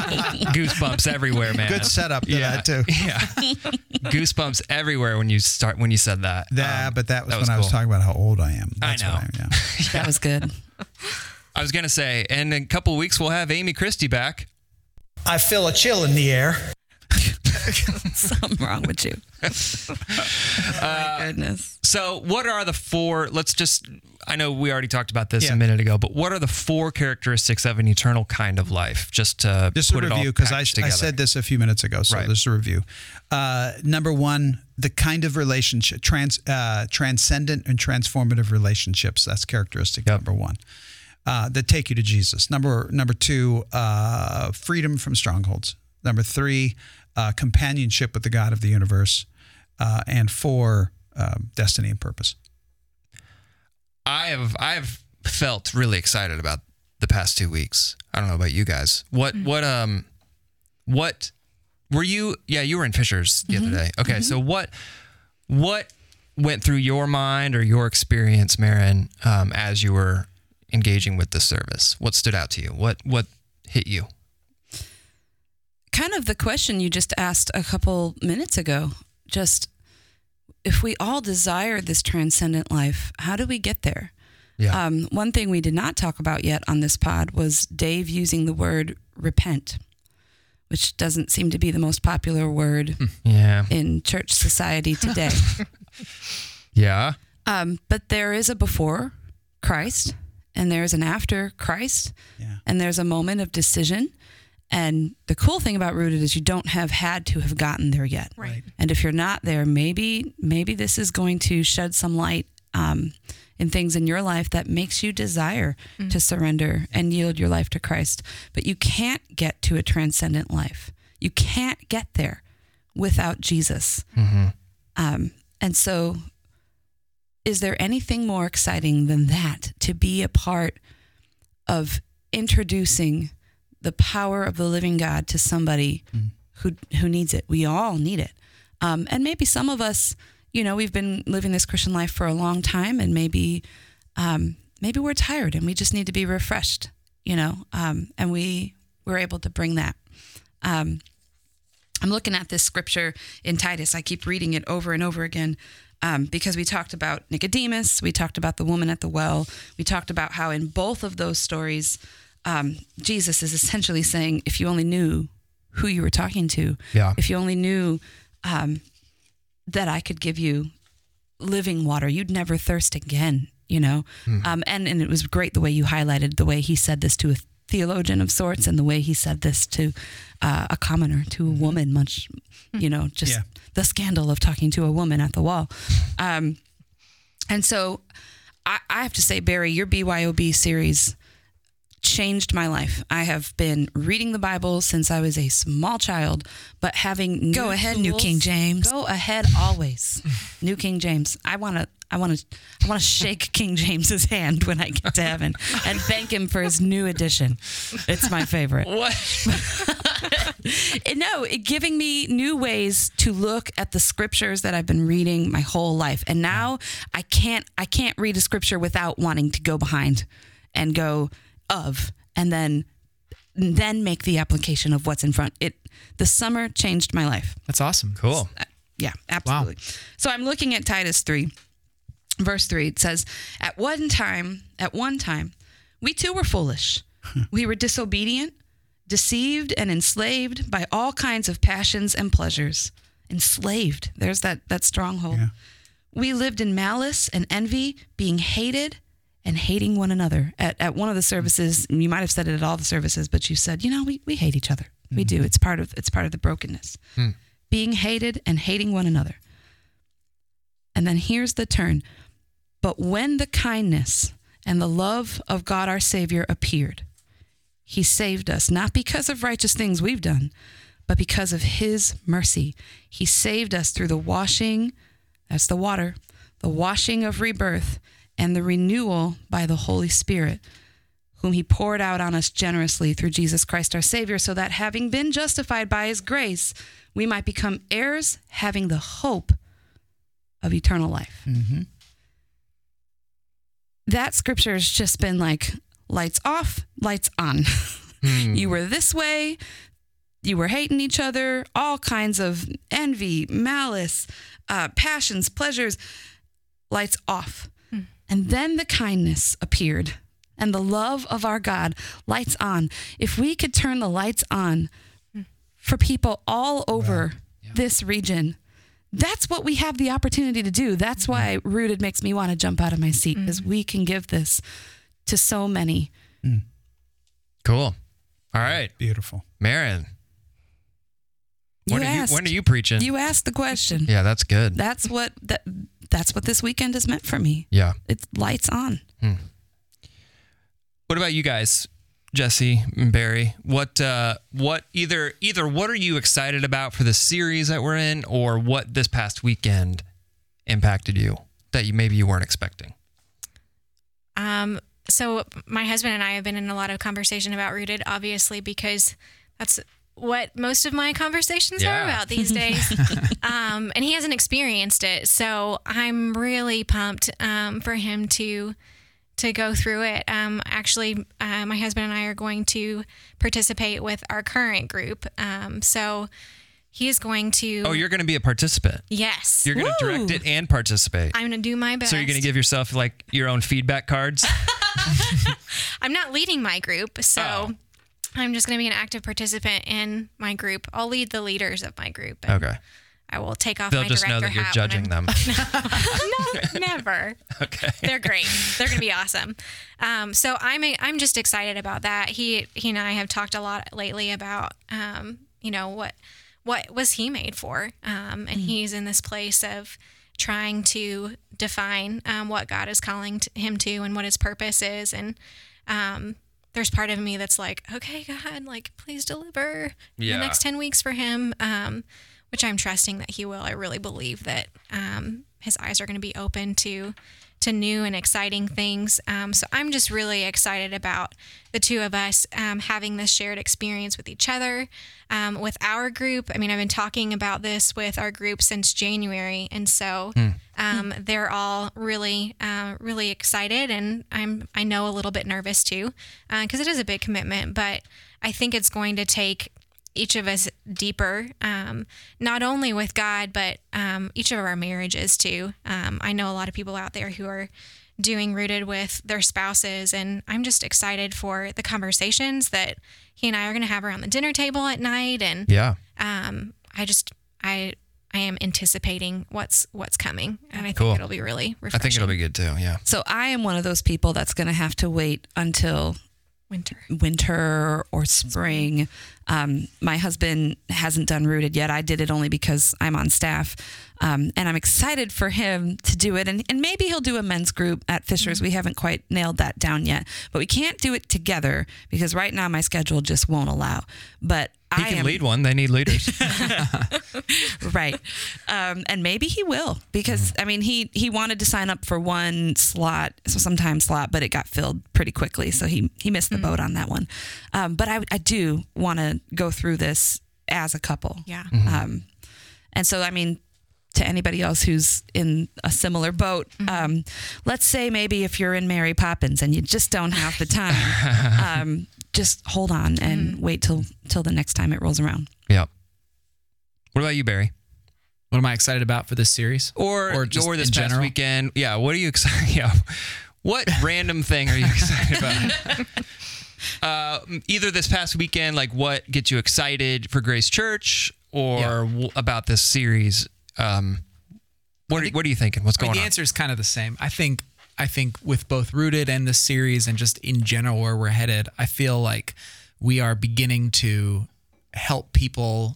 A: goosebumps everywhere, man.
D: Good setup to
A: Yeah.
D: that too.
A: [laughs] Yeah, goosebumps everywhere when you start when you said that. Um,
D: Yeah, but that was
A: that
D: when
A: was
D: I was
A: cool.
D: talking about how old I am. That's
A: know.
D: What I,
A: [laughs]
C: [laughs]
D: yeah.
C: That was
D: [laughs]
C: good.
A: I was gonna say, and in a couple weeks we'll have Amy Christie back.
F: I feel a chill in the air.
C: Something wrong with [laughs] you. Oh Uh, My goodness.
A: So, what are the four? Let's just, I know we already talked about this
D: Yeah.
A: a minute ago, but what are the four characteristics of an eternal kind of life? Just to
D: Just
A: put
D: a
A: it all
D: review because I,
A: packaged
D: I
A: together.
D: said this a few minutes ago. So
A: Right.
D: there's a review. Uh, number one, the kind of relationship, trans, uh, transcendent and transformative relationships. That's characteristic number one. Uh, that take you to Jesus. Number number two, uh, freedom from strongholds. Number three, uh, companionship with the God of the universe, uh, and four, um, destiny and purpose.
A: I have I've felt really excited about the past two weeks. I don't know about you guys. What what um what were you? Yeah, you were in Fishers the other day. Okay, so what what went through your mind or your experience, Marin, um, as you were engaging with the service? What stood out to you? What what hit you?
C: kind of the question you just asked a couple minutes ago. Just if we all desire this transcendent life, how do we get there?
A: Yeah.
C: Um, one thing we did not talk about yet on this pod was Dave using the word repent, which doesn't seem to be the most popular [laughs] word
A: Yeah.
C: in church society [laughs] today.
A: Yeah.
C: Um, but there is a before Christ, and there is an after Christ, and there's a moment of decision. And the cool thing about rooted is you don't have had to have gotten there yet.
E: Right.
C: And if you're not there, maybe maybe this is going to shed some light um, in things in your life that makes you desire to surrender and yield your life to Christ. But you can't get to a transcendent life. You can't get there without Jesus. Um, and so is there anything more exciting than that to be a part of introducing the power of the living God to somebody who who needs it? We all need it, um, and maybe some of us, you know, we've been living this Christian life for a long time, and maybe um, maybe we're tired and we just need to be refreshed, you know, um, and we we're able to bring that. Um, I'm looking at this scripture in Titus. I keep reading it over and over again um, because we talked about Nicodemus, we talked about the woman at the well, we talked about how in both of those stories, um, Jesus is essentially saying, if you only knew who you were talking to,
A: Yeah.
C: if you only knew um, that I could give you living water, you'd never thirst again, you know? Um, and, and it was great the way you highlighted the way he said this to a theologian of sorts and the way he said this to uh, a commoner, to a woman, much, you know, just
D: Yeah.
C: the scandal of talking to a woman at the wall. Um, and so I, I have to say, Barry, your BYOB series changed my life. I have been reading the Bible since I was a small child, but having go ahead, New King James. Go ahead, always, [laughs] New King James. I want to. I want to. I want to shake [laughs] King James's hand when I get to heaven and thank him for his new edition. It's my favorite. What? no, it giving me new ways to look at the scriptures that I've been reading my whole life, and now I can't. I can't read a scripture without wanting to go behind and go of and then then make the application of what's in front it the summer changed my life
B: That's awesome.
A: Cool.
C: yeah, absolutely. So I'm looking at Titus 3, verse 3. It says, At one time, at one time, we too were foolish. we were disobedient, deceived, and enslaved by all kinds of passions and pleasures. Enslaved. There's that, that stronghold. We lived in malice and envy, being hated and hating one another. At, at one of the services, and you might have said it at all the services, but you said, you know, we, we hate each other. We do. It's part of it's part of the brokenness being hated and hating one another. And then here's the turn. But when the kindness and the love of God our Savior appeared, He saved us, not because of righteous things we've done, but because of His mercy. He saved us through the washing, that's the water, the washing of rebirth, and the renewal by the Holy Spirit whom he poured out on us generously through Jesus Christ our Savior, so that having been justified by his grace, we might become heirs, having the hope of eternal life. That scripture has just been like lights off, lights on. [laughs] You were this way, you were hating each other, all kinds of envy, malice, uh, passions, pleasures, lights off. And then the kindness appeared and the love of our God, lights on. If we could turn the lights on for people all over this region, that's what we have the opportunity to do. That's why Rooted makes me want to jump out of my seat because we can give this to so many.
A: Cool. All right,
D: Beautiful.
A: Marin. When
C: you
A: are
C: asked,
A: you when are you preaching?
C: You asked the question.
A: yeah, that's good.
C: That's what that, that's what this weekend is meant for me.
A: yeah.
C: It's lights on.
A: What about you guys, Jesse and Barry? What uh, what either either what are you excited about for the series that we're in, or what this past weekend impacted you that you maybe you weren't expecting?
E: Um, so my husband and I have been in a lot of conversation about rooted, obviously, because that's what most of my conversations
A: Yeah.
E: are about
A: [laughs]
E: these days. um, and he hasn't experienced it, so I'm really pumped um, for him to to go through it. Um, actually, uh, my husband and I are going to participate with our current group. Um, so he is going to.
A: Oh, you're going to be a participant.
E: yes.
A: You're going to direct it and participate.
E: I'm going to do my best.
A: So you're going to give yourself like your own feedback
E: [laughs]
A: cards.
E: I'm not leading my group, so
A: Oh.
E: I'm just going to be an active participant in my group. I'll lead the leaders of my group. and
A: Okay.
E: I will take off
A: They'll
E: my
A: just know
E: director
A: that you're
E: hat when
A: judging
E: I'm-
A: them.
E: [laughs]
A: [laughs]
E: no, never.
A: Okay.
E: They're great. They're going to be awesome. Um, so I'm I'm just excited about that. He he and I have talked a lot lately about um, you know what what was he made for, um,
A: Mm.
E: and he's in this place of trying to define um, what God is calling t- him to and what his purpose is, and um, there's part of me that's like, okay, God, like please deliver in
A: Yeah.
E: the next ten weeks for him, um, which I'm trusting that he will. I really believe that um, his eyes are going to be open to to new and exciting things. Um, so I'm just really excited about the two of us um, having this shared experience with each other, um, with our group. I mean, I've been talking about this with our group since January, and so um, they're all really, uh, really excited, and I'm I know a little bit nervous too because it is a big commitment, but I think it's going to take each of us deeper, um, not only with God, but um, each of our marriages too. Um, I know a lot of people out there who are doing rooted with their spouses, and I'm just excited for the conversations that he and I are going to have around the dinner table at night. And
A: Yeah.
E: um, I just, I, I am anticipating what's what's coming, and I think
A: Cool.
E: it'll be really
A: I
E: refreshing.
A: think it'll be good too. Yeah.
C: So I am one of those people that's going to have to wait until
E: winter.
C: winter or spring. Um, my husband hasn't done rooted yet. I did it only because I'm on staff, um, and I'm excited for him to do it. And, and maybe he'll do a men's group at Fisher's.
A: Mm-hmm.
C: We haven't quite nailed that down yet, but we can't do it together because right now my schedule just won't allow. But
A: He
C: I
A: can
C: am
A: lead one. They need leaders.
C: [laughs] right um, and maybe he will because
E: Mm.
C: i mean he he wanted to sign up for one slot so sometime slot but it got filled pretty quickly so he he missed the
E: Mm.
C: boat on that one um, but i i do want to go through this as a couple
E: Yeah.
A: Mm.
C: um, and so i mean to anybody else who's in a similar boat,
E: Mm-hmm.
C: um, let's say maybe if you're in Mary Poppins and you just don't have the
E: [laughs]
C: time, um, just hold on and
E: Mm.
C: wait till till the next time it rolls around.
A: yeah. What about you, Barry?
B: What am I excited about for this series?
A: Or or,
B: just
A: this
B: in
A: past
B: general?
A: weekend? Yeah. What are you excited? [laughs] Yeah. What random thing are you excited about? [laughs] uh, either this past weekend, like what gets you excited for Grace Church, or
B: Yeah.
A: w- about this series? Um, what are, what are you thinking? What's
B: I mean,
A: going
B: the
A: on?
B: answer is kind of the same. I think I think with both rooted and this series and just in general where we're headed, I feel like we are beginning to help people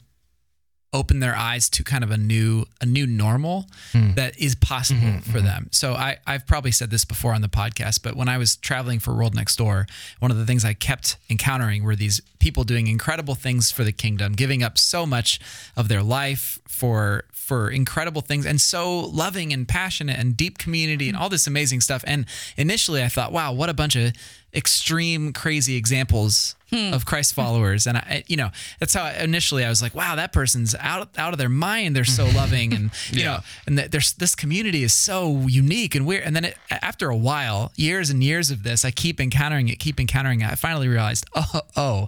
B: open their eyes to kind of a new a new normal
A: Hmm.
B: that is possible
A: Mm-hmm,
B: for them. So I I've probably said this before on the podcast, but when I was traveling for World Next Door, one of the things I kept encountering were these people doing incredible things for the kingdom, giving up so much of their life for for incredible things and so loving and passionate and deep community and all this amazing stuff. And initially I thought, wow, what a bunch of extreme crazy examples of Christ followers. And I, I- you know, that's how I, initially I was like, wow, that person's out out of their mind. They're so loving, and you know, and that there's this community is so unique and weird. And then it, after a while, years and years of this, I keep encountering it, keep encountering it. I finally realized, oh, oh.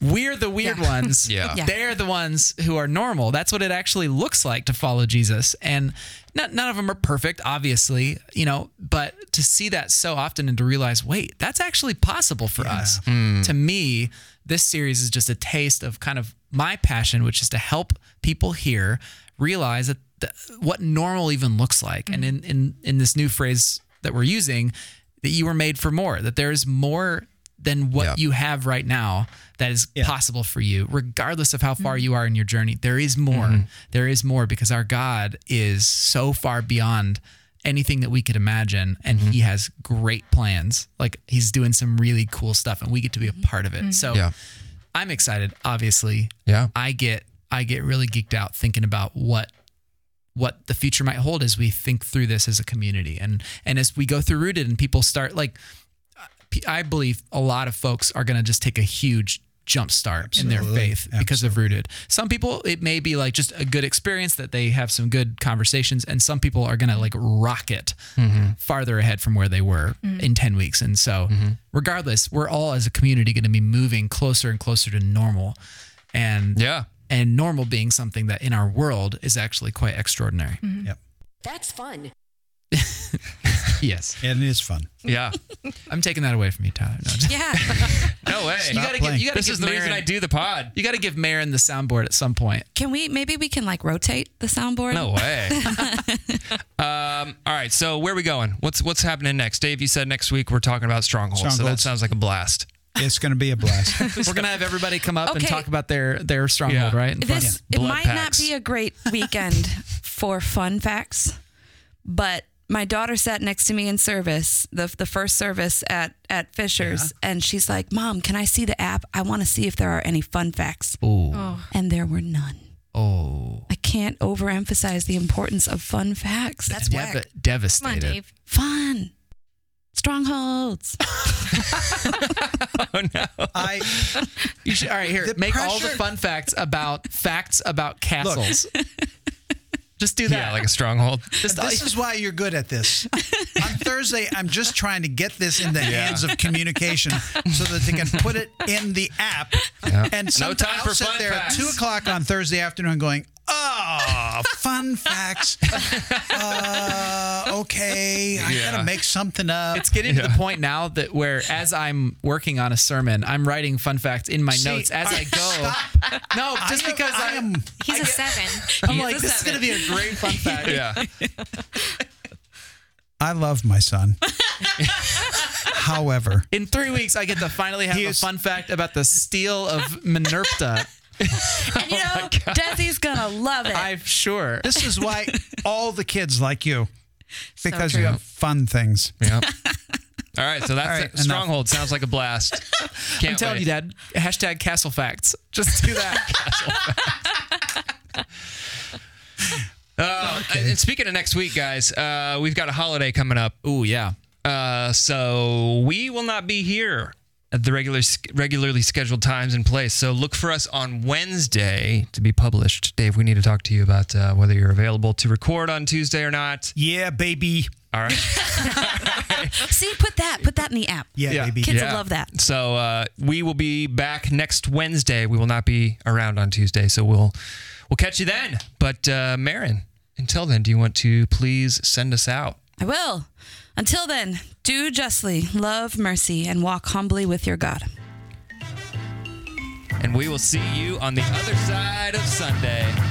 B: We're the weird ones.
A: [laughs] Yeah. Yeah.
B: They're the ones who are normal. That's what it actually looks like to follow Jesus. And not, none of them are perfect, obviously, you know, but to see that so often and to realize, wait, that's actually possible for us. To me, this series is just a taste of kind of my passion, which is to help people here realize that the, what normal even looks like. And
A: Hmm.
B: in, in, in this new phrase that we're using, that you were made for more, that there is more than what
A: Yeah.
B: you have right now that is possible for you, regardless of how far you are in your journey. There is more.
A: Mm-hmm.
B: There is more because our God is so far beyond anything that we could imagine. And
A: Mm-hmm.
B: He has great plans. Like He's doing some really cool stuff, and we get to be a part of it. So
A: Yeah.
B: I'm excited, obviously.
A: Yeah.
B: I get I get really geeked out thinking about what what the future might hold as we think through this as a community and and as we go through rooted and people start like p- I believe a lot of folks are going to just take a huge jumpstart in their faith because they've rooted. Some people, it may be like just a good experience that they have some good conversations, and some people are going to like rocket
A: Mm-hmm.
B: farther ahead from where they were in 10 weeks. And so, regardless, we're all as a community going to be moving closer and closer to normal. And
A: Yeah.
B: And normal being something that in our world is actually quite extraordinary.
D: Yep.
G: That's fun.
B: [laughs] Yes.
D: And it is fun.
A: Yeah.
B: I'm taking that away from you, Tyler. No, I'm just-
E: Yeah. [laughs]
A: No way.
B: you gotta give, you gotta
A: this
B: give
A: is the reason
B: Marin-
A: I do the pod.
B: You got to give Marin the soundboard at some point.
C: Can we? Maybe we can like rotate the soundboard.
A: No way. um, all right. So where are we going? What's what's happening next? Dave, you said next week we're talking about strongholds. So that
D: Strongholds.
A: sounds like a blast.
D: It's going to be a blast.
B: We're gonna have everybody come up and
C: Okay.
B: talk about their their stronghold,
A: Yeah.
B: right? In front of-
C: This it
A: Blood
C: might
A: packs.
C: not be a great
B: [laughs]
C: weekend for fun facts, but my daughter sat next to me in service, the the first service at at Fisher's, and she's like, "Mom, can I see the app? I want to see if there are any fun facts." And there were none.
B: Oh,
C: I can't overemphasize the importance of fun facts. That's
B: Deva-
C: whack.
E: Come on,
B: devastated.
E: Dave.
C: fun. Strongholds.
D: [laughs] I
B: You should, all right, here,
D: The
B: make all the
D: pressure-
B: fun facts about facts about castles. Just do that.
A: Yeah, like a stronghold.
B: Just-
D: this is why you're good at this. On Thursday, I'm just trying to get this in the hands of communication so that they can put it in the app. And some,
A: time
D: I'll
A: for
D: sit
A: fun
D: there
A: facts.
D: at two o'clock on Thursday afternoon going, oh, fun facts. Uh, okay, I
A: Yeah.
D: gotta make something up.
B: it's getting to the point now that where, as I'm working on a sermon, I'm writing fun facts in my
D: See,
B: notes as I,
D: I-
B: go.
D: stop.
B: No, just
D: am-
B: because
D: I am-
E: He's a seven.
B: [laughs] I'm like, this is gonna [laughs] be a great fun fact.
A: Yeah.
D: I love my son.
B: [laughs]
D: However,
B: In three weeks, I get to finally have
D: He
B: a
D: is-
B: fun fact about the steel of Minerva. Oh
C: And you know, Desi's gonna love it.
B: I'm sure.
D: this is why all the kids like you because you
C: true.
D: have fun things.
A: Yeah. All right. So that's
D: right,
A: it.
D: enough.
A: stronghold. Sounds like a blast. Can't
B: I'm telling
A: wait.
B: you, Dad. Hashtag castle facts. Just do that.
A: Uh, And speaking of next week, guys, uh, we've got a holiday coming up.
B: Ooh, yeah.
A: Uh, so we will not be here at the regular regularly scheduled times and place. So look for us on Wednesday to be published. Dave, we need to talk to you about uh, whether you're available to record on Tuesday or not.
D: Yeah, baby.
A: All right.
C: See, put that, put that in the app.
D: Yeah,
B: Yeah.
D: baby.
C: Kids will love that.
A: So uh, we will be back next Wednesday. We will not be around on Tuesday, so we'll we'll catch you then. But uh, Marin, until then, do you want to please send us out?
C: I will. Until then, do justly, love mercy, and walk humbly with your God.
A: And we will see you on the other side of Sunday.